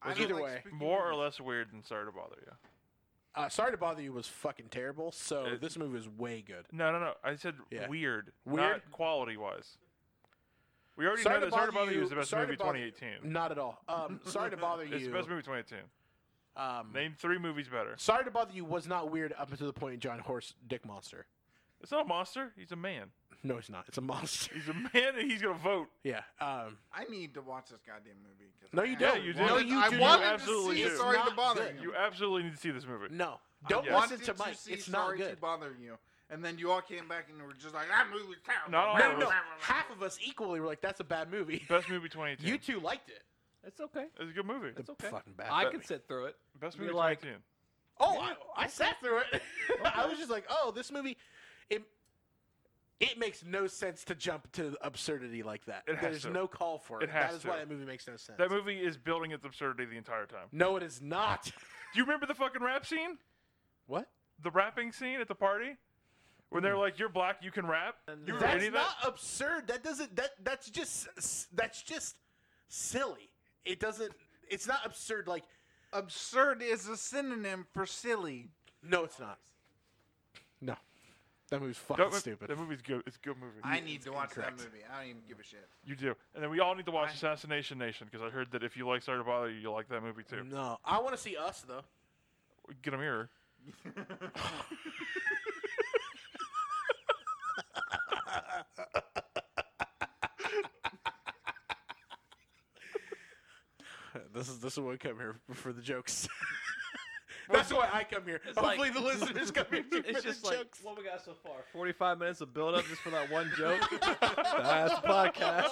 S4: I
S1: Well,
S4: don't
S1: either
S4: like
S1: way.
S4: spooky
S2: more or
S4: movies.
S2: less weird and sorry to bother you.
S1: uh, Sorry to bother you was fucking terrible. So
S2: It-
S1: this movie is way good.
S2: No, no, no. I said
S1: Yeah.
S2: weird,
S1: Weird?
S2: not quality wise. We already
S1: Sorry
S2: know
S1: to
S2: that Sorry to
S1: Bother
S2: Bother You
S1: You-
S2: is the best
S1: Sorry to
S2: movie
S1: Bother-
S2: 2018.
S1: Not at all. Um, sorry to bother you.
S2: It's the best movie 2018.
S1: Um,
S2: Name three movies better.
S1: sorry to bother you was not weird up until the point John Horse Dick Monster.
S2: It's not a monster. He's a man.
S1: No, he's not. It's a monster. (laughs)
S2: He's a (laughs) man, and he's gonna vote.
S1: yeah. Um,
S4: I need to watch this goddamn movie. 'cause
S1: No,
S4: I
S1: you
S4: actually
S1: don't.
S2: Yeah, you
S4: wanted-
S1: No,
S2: did.
S1: you
S4: I
S1: do
S4: wanted
S1: not.
S2: absolutely
S4: to see
S1: do.
S4: Sorry
S1: It's
S4: to
S1: not
S4: bother
S1: good.
S4: you.
S2: You absolutely need to see this movie.
S1: no.
S4: I
S1: Don't
S4: wanted
S1: listen to Mike.
S4: see
S1: It's not
S4: Sorry
S1: good.
S4: to bother you. And then you all came back and were just like, "That movie terrible."
S2: Not all
S1: No,
S2: of
S1: no, no.
S2: us.
S1: Half of us equally were like, "That's a bad
S2: (laughs)
S1: movie."
S2: Best movie 2018.
S1: you two liked it.
S3: it's okay.
S2: it's a good movie.
S3: It's okay.
S1: Fucking bad.
S3: I
S1: movie.
S3: could
S1: (laughs)
S3: sit through it.
S2: Best
S3: You're
S2: movie
S3: like-
S2: 2018.
S1: (laughs) Oh, I, I sat through it. I was just like, "Oh, this movie." It, It makes no sense to jump to absurdity like that.
S2: It has
S1: There's
S2: to.
S1: no call for it.
S2: It has
S1: that is
S2: to.
S1: why that movie makes no sense.
S2: That movie is building its absurdity the entire time.
S1: no, it is
S2: (laughs)
S1: not.
S2: Do you remember the fucking rap scene?
S1: what?
S2: The rapping scene at the party? When they're like, "You're black, you can rap." You were
S1: That's
S2: any of
S1: not
S2: that?
S1: absurd. That doesn't. That that's just s- that's just silly. It doesn't. It's not absurd. Like
S4: Absurd is a synonym for silly.
S1: no, it's not. No, that movie's fucking
S2: That mo-
S1: stupid.
S2: That movie's good. It's a good movie.
S4: I need to watch
S1: incorrect.
S4: that movie. I don't even give a shit.
S2: you do. And then we all need to watch
S4: I-
S2: Assassination Nation because I heard that if you like Sorry to Bother You, you'll like that movie too.
S1: No, I want to see us though.
S2: Get a mirror.
S1: This is this is what we come here for the jokes. (laughs) That's why I come here. Hopefully the listeners come
S3: (laughs)
S1: here too for
S3: It's just
S1: the
S3: like
S1: jokes.
S3: what we got so far. Forty-five minutes of build-up just for that one
S1: (laughs)
S3: joke. That's podcast.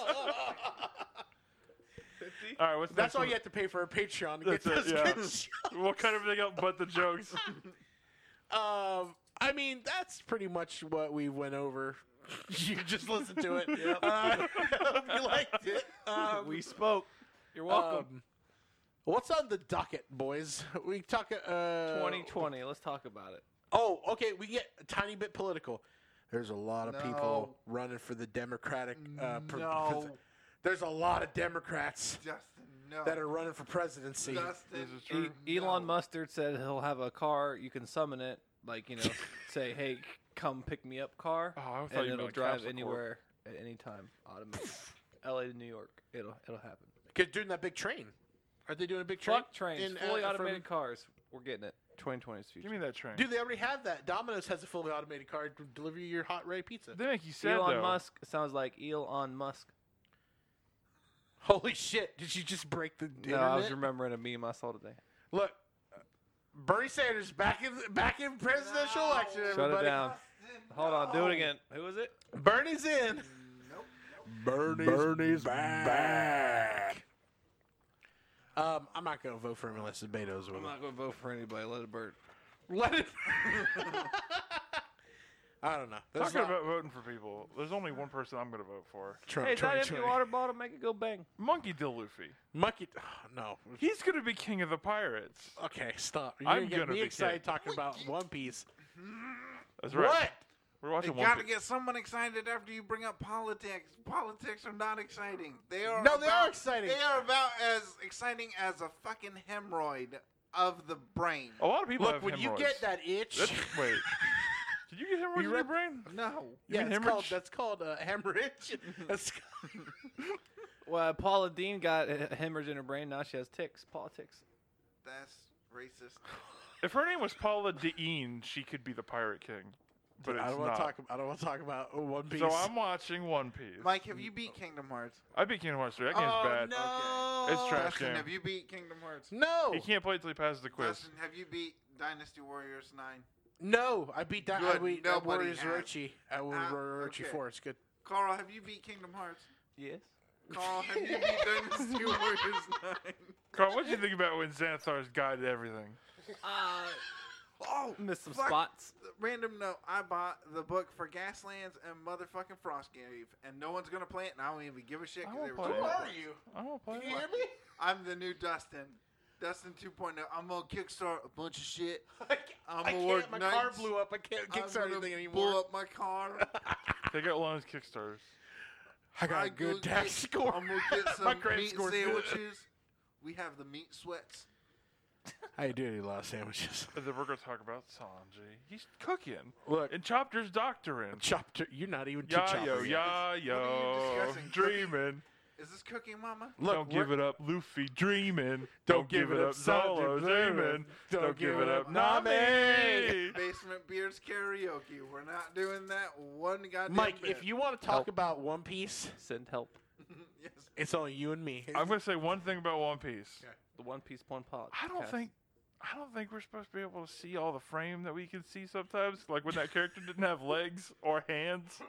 S2: All right, what's
S1: That's
S2: next
S1: why
S2: on
S1: you
S2: the-
S1: have to pay for a Patreon to get
S2: That's it,
S1: those
S2: yeah.
S1: good jokes.
S2: We'll cut everything out but
S1: (laughs)
S2: the jokes.
S1: Um, I mean, that's pretty much what we went over. (laughs) you just listen to it. Uh, (laughs) hope you liked it. Um,
S3: we spoke. You're welcome.
S1: um, what's on the docket, boys? We talk. Uh,
S3: 2020. Let's talk about it.
S1: Oh, okay. We get a tiny bit political. There's a lot of people
S4: No.
S1: running for the Democratic. Uh, pr-
S4: no,
S1: there's a lot of Democrats
S4: Justin, no.
S1: that are running for presidency.
S4: Justin,
S2: This is
S3: E-
S2: true.
S3: Elon
S4: No.
S3: Mustard said he'll have a car. You can summon it, like
S2: (laughs)
S3: you know, say, "Hey, c- come pick me up, car,"
S2: Oh, I thought
S3: and
S2: you
S3: it'll
S2: meant
S3: drive
S2: Capsule Corp.
S3: anywhere at any time,
S2: (laughs)
S3: automatic. L.A. to New York, it'll it'll happen.
S1: Cause doing that big train. Are they doing a big train?
S3: Truck trains,
S1: in, uh,
S3: fully
S1: from-
S3: automated cars. We're getting it. 2020's future.
S2: Give me that train.
S1: Dude, they already have that. Domino's has a fully automated car to deliver you your hot ray pizza.
S2: They make you sad
S3: Elon
S2: though.
S3: Musk sounds like Elon Musk.
S1: Holy shit! Did you just break the
S3: No, I was
S1: internet?
S3: remembering a meme I saw today.
S1: Look, Bernie Sanders back in back in presidential
S4: No.
S1: election.
S4: Shut
S3: Shut
S1: Everybody,
S3: it down.
S4: Justin,
S3: Hold on, do
S4: no.
S3: it again. Who is it?
S1: Bernie's in.
S4: Nope.
S1: Bernie's, back. Um, I'm not gonna vote for him unless it's Beto's with
S3: I'm
S1: him.
S3: not going to vote for anybody. Let it burn.
S1: Let it. (laughs) I don't know. That's not
S2: Talking about voting for people, there's only one person I'm going to vote for.
S1: Trump
S3: Hey, that empty
S1: 2020.
S3: water bottle, make it go bang.
S2: Monkey D. Luffy.
S1: Monkey. (sighs) Oh, no.
S2: He's going to be king of the pirates.
S1: Okay, stop. You're
S2: I'm
S1: gonna get
S2: gonna
S1: me
S2: be
S1: excited
S2: kidding.
S1: talking about One Piece.
S2: That's right.
S1: What?
S2: We're
S4: You
S2: watching One
S4: gotta
S2: Piece.
S4: get someone excited after you bring up politics. Politics are not exciting. They are
S1: No, they are
S4: about-
S1: exciting.
S4: They are about as exciting as a fucking hemorrhoid of the brain.
S1: Oh,
S2: A lot of people
S1: Look,
S2: have
S1: when you
S2: hemorrhoids.
S1: get that itch,
S2: That's- wait. (laughs) Did you get hemorrhoids in your
S1: read-
S2: brain?
S4: No.
S1: yeah,
S2: mean
S1: it's called,
S2: hemorrhage?
S1: that's called uh, (laughs) hemorrhage.
S2: (laughs)
S1: That's
S3: Well, Paula Dean got a hemorrhage in her brain. Now she has ticks. Politics.
S4: That's racist.
S2: If her name was Paula Deen, she could be the pirate king. But
S1: I
S2: it's
S1: don't want
S2: not.
S1: to talk. I don't want to talk about One Piece.
S2: so I'm watching One Piece.
S4: Mike, have you beat Kingdom Hearts?
S2: I beat Kingdom Hearts 3. That game's
S1: oh
S2: bad.
S1: no!
S2: It's trash.
S4: Justin,
S2: game.
S4: have you beat Kingdom Hearts?
S1: No,
S2: He can't play until he passes the quiz.
S4: Justin, have you beat Dynasty Warriors 9?
S1: no. I beat that. I
S4: Good,
S1: beat that
S4: nobody
S1: Warriors
S4: has.
S1: Orochi. I will
S4: Ah,
S1: Orochi
S4: okay.
S1: four. It's good.
S4: Carl, have you beat Kingdom Hearts?
S3: Yes.
S4: Carl, have
S1: (laughs)
S4: you beat Dynasty Warriors 9?
S2: Carl, what do you think about when Xanathar's guided everything?
S3: Uh,
S4: Oh,
S3: missed some
S4: Fuck.
S3: spots.
S4: random note. I bought the book for Gaslands and motherfucking Frostgrave, and no one's gonna play it, and I don't even give a shit.
S2: I
S4: 'cause
S2: won't
S4: they were
S2: play
S4: too
S2: it.
S4: hard.
S2: are
S1: you?
S2: I don't play
S1: Can
S2: it.
S1: you hear (laughs) me?
S4: I'm the new Dustin. Dustin 2.0. I'm gonna kickstart a bunch of shit.
S1: I can't,
S4: I'm
S1: I
S4: gonna
S1: can't
S4: work
S1: my
S4: nights.
S1: car blew up. I can't
S4: I'm
S1: kickstart
S4: gonna
S1: anything anymore.
S4: Blow up my car.
S2: They got loans Kickstarters.
S1: (laughs) I got a
S4: I'm gonna
S1: (laughs) good tax
S4: get-
S1: score.
S4: I'm gonna
S1: (laughs)
S4: get
S1: my
S4: some
S1: credit
S4: meat
S1: score's
S4: sandwiches.
S1: good.
S4: We have the meat sweats.
S1: How you doing? A lot of sandwiches.
S2: And then we're gonna talk about Sanji. He's cooking.
S1: Look,
S2: And Chopper's doctoring.
S1: chopper. You're not even to
S2: Ya
S1: chopper.
S2: yo,
S1: yet.
S2: ya yo,
S4: discussing?
S2: dreaming.
S4: Is this cooking, Mama?
S1: Look,
S2: Don't
S1: we're-
S2: give it up, Luffy. Dreaming.
S1: Don't give it up,
S2: Zolo.
S1: Sanji, dreamin'.
S2: Dreaming.
S1: Don't
S2: Don't give it up,
S1: Nami.
S2: Nami.
S4: Basement beards karaoke. We're not doing that one goddamn.
S1: Mike,
S4: bit.
S1: if you want to talk
S3: Help.
S1: about One Piece,
S3: Send help.
S4: (laughs) yes.
S1: it's only you and me.
S2: I'm gonna say one thing about One Piece.
S3: The One Piece One Pod.
S2: I don't think. I don't think we're supposed to be able to see all the frame that we can see sometimes. Like when that character didn't (laughs) have legs or hands.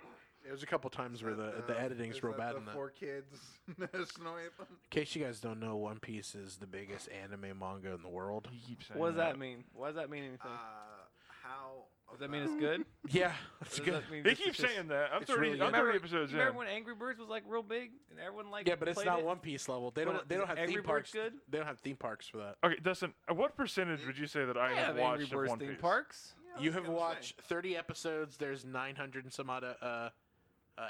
S1: There's a couple times where the
S4: Uh,
S1: the editing's
S4: is
S1: real
S4: that
S1: bad
S4: the
S1: in that.
S4: Four kids (laughs) national anthem.
S1: In case you guys don't know, One Piece is the biggest anime manga in the world.
S2: (laughs) He keeps saying Uh,
S3: What does that mean? What does that mean anything?
S4: Uh, how
S3: Does that mean it's
S2: (laughs)
S3: good?
S1: Yeah, that's
S3: Does
S1: good.
S3: that mean
S2: He
S3: this is
S2: keeps
S3: just-
S2: saying that. I'm
S1: it's
S2: 30,
S1: really
S2: I'm
S1: good.
S2: 30
S3: Remember,
S2: episodes
S3: you
S2: in.
S3: remember when Angry Birds was like real big and everyone like
S1: Yeah, but it's
S3: played
S1: not
S3: it?
S1: One Piece level. They
S3: What
S1: don't.
S3: it-
S1: They don't
S3: is
S1: have
S3: Angry
S1: theme
S3: Birds
S1: parks.
S3: good?
S1: They don't have theme parks for that.
S2: Okay, Dustin, uh, what percentage would you say that I
S3: I
S2: have
S3: have
S2: watched
S3: Angry
S2: of
S3: Birds
S2: One
S3: theme
S2: Piece?
S3: parks.
S4: Yeah, I was
S1: You have
S4: gonna say.
S1: watched 30 episodes. There's 900 and some odd uh, uh,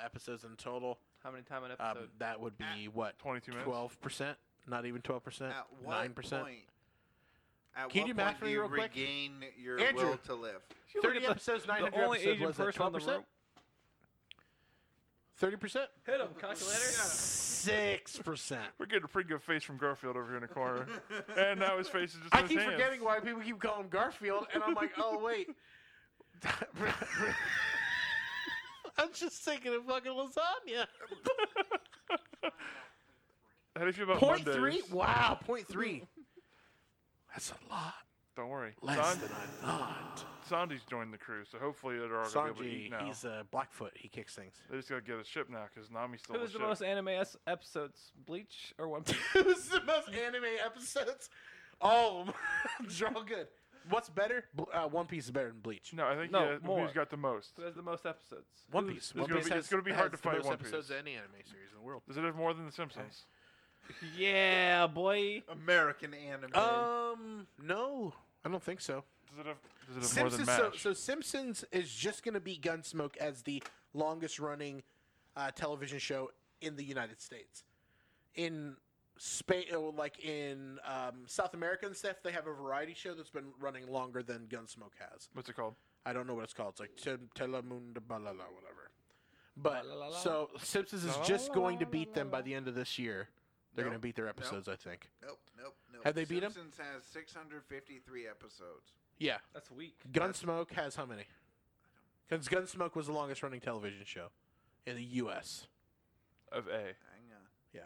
S1: episodes in total.
S3: How many time an
S1: Um,
S3: episode?
S1: that would be what
S2: 22 minutes.
S1: 12 percent? Not even 12 percent.
S4: At what
S1: Nine percent.
S4: point? At
S1: Can you
S4: what
S1: do math
S4: point
S1: for
S4: do
S1: me
S4: you
S1: real quick?
S4: regain your
S1: Andrew.
S4: will to live?
S3: If you look
S1: 30
S3: at the-
S1: episodes, 900
S3: only
S1: episodes.
S3: Asian
S1: was that
S3: person on the
S1: 12%?
S3: room-
S1: 30 percent.
S3: Hit him, calculator.
S1: Six percent.
S2: We're getting a pretty good face from Garfield over here in the (laughs) corner. and now his face is just.
S1: I
S2: in his
S1: keep
S2: hands.
S1: forgetting why people keep calling him Garfield, and I'm like, oh wait. (laughs) I'm just thinking of fucking lasagna.
S2: How do you feel about
S1: Point
S2: Mondays?
S1: three? Wow, point three. That's a lot
S2: Don't worry.
S1: less
S2: San-
S1: than I thought.
S2: Sanji's joined the crew, so hopefully they're all going to be able to eat
S1: Sanji,
S2: now.
S1: he's uh, Blackfoot. He kicks things.
S2: They just got to get a ship now because Nami's still
S3: Who
S2: a
S3: was the
S2: ship.
S3: most anime s- episodes? Bleach or One Piece?
S1: (laughs) it was the most anime episodes. All of them. (laughs) They're all good. What's better? Bl- Uh, One Piece is better than Bleach.
S2: No, I think
S3: No,
S2: he has-
S3: more.
S2: who's got the most.
S3: Who has the most episodes?
S1: One
S3: Who's-
S1: Piece.
S2: It's gonna be- it's gonna be hard to
S1: the
S2: fight
S1: most
S2: One
S1: episodes
S2: Piece.
S1: of any anime series in the world.
S2: Does it have more than The Simpsons?
S3: Yeah, boy.
S4: American anime.
S1: Um, no, I don't think so.
S2: Does it have, does it have more than
S1: Simpsons. So,
S2: MASH?
S1: so Simpsons is just going to be Gunsmoke as the longest running uh, television show in the United States. In Spain, like in um, South America and stuff, they have a variety show that's been running longer than Gunsmoke has.
S2: What's it called?
S1: I don't know what it's called. It's like Te- Telemundo Balala, whatever. But
S3: Balala.
S1: so Simpsons is
S2: La
S1: just
S2: la
S1: going to
S2: la
S1: beat
S2: la
S1: them by
S2: la.
S1: the end of this year. They're
S4: Nope.
S1: going to beat their episodes, I think.
S4: nope, nope, nope.
S1: Have they beat 'em?
S4: Simpsons has 653 episodes.
S1: Yeah.
S3: That's weak.
S1: Gunsmoke has how many? Because Gunsmoke was the longest running television show in the U.S.
S2: Of A.
S4: Hang on.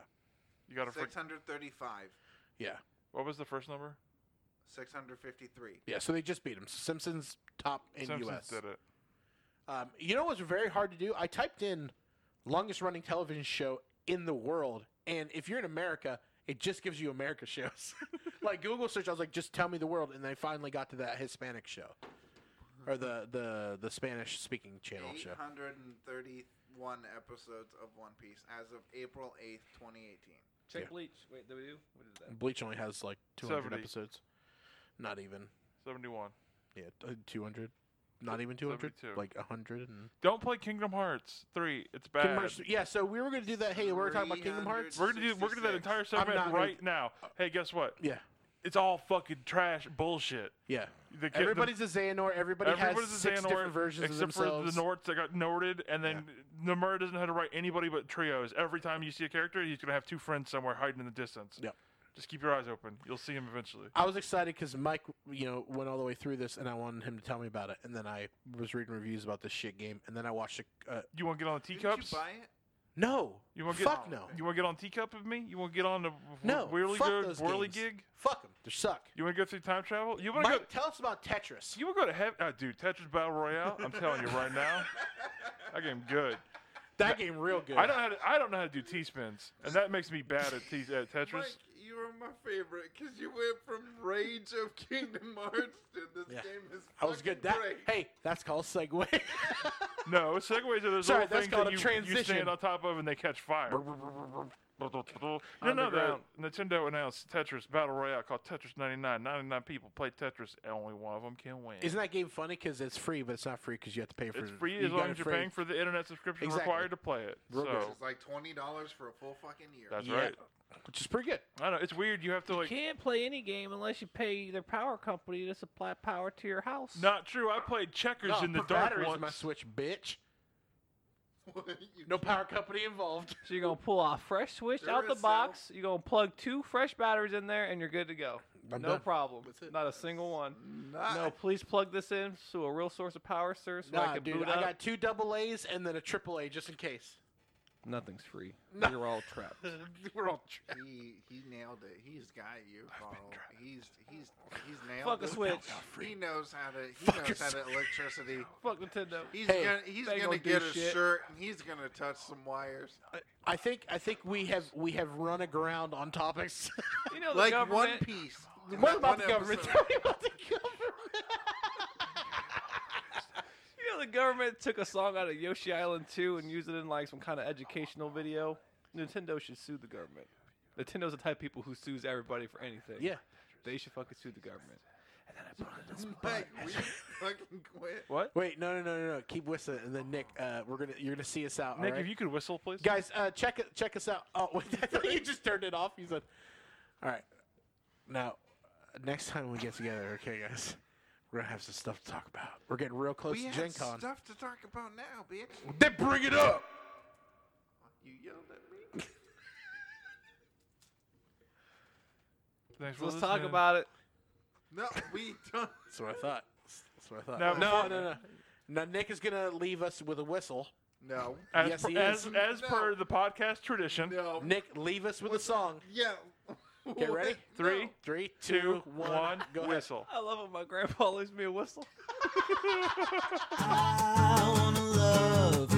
S2: You got to freak.
S4: 635.
S1: Yeah,
S2: What was the first number?
S4: 653.
S1: yeah. So they just beat them. Simpsons top in
S2: Simpsons
S1: U.S.
S2: did it.
S1: Um, you know what's very hard to do? I typed in longest running television show in the world, and if you're in America, it just gives you America shows. (laughs) like Google search, I was like, just tell me the world, and they finally got to that Hispanic show, or the the the Spanish speaking channel show.
S4: 831 episodes of One Piece as of April 8th, 2018.
S3: Check
S1: Yeah.
S3: Bleach. Wait, did we do? What is that?
S1: Bleach only has like 200
S2: 70.
S1: episodes. Not even.
S2: 71.
S1: Yeah, t- uh, 200. Not even 200.
S2: 72.
S1: Like 100 and
S2: Don't play Kingdom Hearts 3. It's bad.
S1: Kingdom Hearts- Yeah, so we were going to do that. Hey, we we're talking about Kingdom
S4: 300.
S1: Hearts.
S2: We're gonna do we're gonna do that
S4: 66.
S2: entire
S1: I'm
S2: segment
S1: not gonna-
S2: right now. Hey, guess what?
S1: Yeah.
S2: It's all fucking trash bullshit.
S1: Yeah.
S2: The, ki-
S1: Everybody's a Xehanort. Everybody
S2: everybody's
S1: has six
S2: Xehanort
S1: different versions
S2: except
S1: of themselves.
S2: for the Norts that got Norted, and then the Nomura doesn't know how to write anybody but trios. Every time you see a character, he's gonna have two friends somewhere hiding in the distance.
S1: Yep.
S2: Just keep your eyes open. You'll see him eventually.
S1: I was excited because Mike, you know, went all the way through this, and I wanted him to tell me about it. And then I was reading reviews about this shit game, and then I watched it. Uh,
S2: You want to get on the
S4: Did
S2: teacups?
S4: you buy it?
S1: no,
S2: You wanna get-
S1: fuck no,
S2: You want to get on teacup with me? You want to get on the wh-
S1: no,
S2: whirly
S1: fuck
S2: gig-
S1: those
S2: whirly
S1: games.
S2: gig?
S1: Fuck them, they suck.
S2: You want to go through time travel? You want to go?
S1: Mike, tell us about Tetris.
S2: You want to go to heaven? Oh, dude, Tetris Battle Royale. I'm telling you right now, that game good.
S1: that game real good.
S2: I don't know how to, I don't know how to do T spins, and that makes me bad at, t- at Tetris.
S4: Mike, you were my favorite because you went from Rage of Kingdom Hearts to this
S1: Yeah.
S4: game is
S1: I was good.
S4: fucking
S1: That
S4: great.
S1: hey, that's called segue. (laughs)
S2: No, segues are those
S1: Sorry,
S2: little
S1: that's
S2: things that
S1: called a
S2: you, you
S1: transition.
S2: stand on top of and they catch fire. no, no, the,
S3: ground.
S2: Nintendo announced Tetris Battle Royale called Tetris 99. 99 people play Tetris, and only one of them can win.
S1: Isn't that game funny? Because it's free, but it's not free because you have to pay for
S2: it's
S1: it.
S2: free
S1: You
S2: as long
S1: got
S2: as
S1: it
S2: you're
S1: free.
S2: paying for the internet subscription
S1: Exactly.
S2: required to play it.
S1: Real good.
S2: so,
S4: It's like twenty dollars for a full fucking year.
S2: Oh. that's
S1: Yeah.
S2: right.
S1: which is pretty good.
S2: I know it's weird. You have to like.
S3: can't play any game unless you pay their power company to supply power to your house.
S2: Not true. I played checkers in the dark
S1: Oh, batteries in my
S2: once.
S1: Switch, bitch.
S4: (laughs) You-
S1: No power company involved. (laughs)
S3: So you're gonna pull a fresh switch out the
S4: Duracell.
S3: box. You're gonna plug two fresh batteries in there, and you're good to go.
S1: I'm
S3: no
S1: done.
S3: problem.
S1: That's it.
S3: Not a single one. No,
S4: Not-
S3: please plug this in to a real source of power, sir, so I
S1: Nah,
S3: can
S1: dude,
S3: boot
S1: I
S3: up.
S1: got two double A's and then a triple A just in case.
S3: Nothing's free.
S1: No.
S3: You're all trapped.
S1: We're all trapped.
S4: He he nailed it. He's got you, Carl. He's he's he's nailed
S3: Fuck a
S4: it.
S3: switch.
S4: He knows how to he
S1: Fuck a
S4: knows how to electricity.
S3: Fuck (laughs) Nintendo.
S4: He's
S1: Hey,
S4: gonna he's
S3: they ain't
S4: gonna,
S3: gonna do
S4: get a
S3: shit.
S4: shirt and he's gonna touch some wires.
S1: I think I think we have we have run aground on topics. (laughs)
S3: You know the
S4: Like
S3: government.
S4: One Piece.
S1: (laughs) what about the government?
S4: episode.
S1: Tell me about the government.
S3: how the government took a song out of Yoshi Island 2 and used it in like some kind of educational video? Nintendo should sue the government. Nintendo's the type of people who sues everybody for anything.
S1: Yeah.
S3: They should fucking sue the government. And then I put it in this
S4: Like, we fucking quit.
S3: What?
S1: Wait, no, no, no, no, no. Keep whistling, and then Nick, uh, we're gonna you're gonna see us out.
S2: Nick,
S1: all right?
S2: if you could whistle, please.
S1: guys, uh, check it, check us out. Oh, (laughs) wait, I thought you just turned it off. You said, "All right, now uh, next time we get together, okay, guys, we're gonna have some stuff to talk about. We're getting real close
S4: We
S1: to
S4: have
S1: Gen Con.
S4: stuff to talk about now, bitch.
S1: Then bring it up."
S4: You yelled at me.
S2: Thanks for
S3: Let's talk
S2: listening.
S3: about it.
S4: No, we don't.
S1: That's what I thought. That's what I thought.
S2: Now,
S1: no,
S2: before-
S1: no, no. Now Nick is gonna leave us with a whistle.
S4: No.
S2: As,
S1: Yes,
S2: per,
S1: he
S2: as,
S1: is.
S2: as
S4: No.
S2: per the podcast tradition,
S4: No.
S1: Nick, leave us with a song.
S4: Yeah.
S1: Okay,
S4: (laughs)
S1: ready?
S4: What?
S2: Three,
S4: No.
S1: Three,
S2: two,
S1: two,
S2: one,
S1: one. Go ahead.
S2: whistle.
S3: I love when my (laughs) grandpa leaves me a whistle.
S6: I wanna love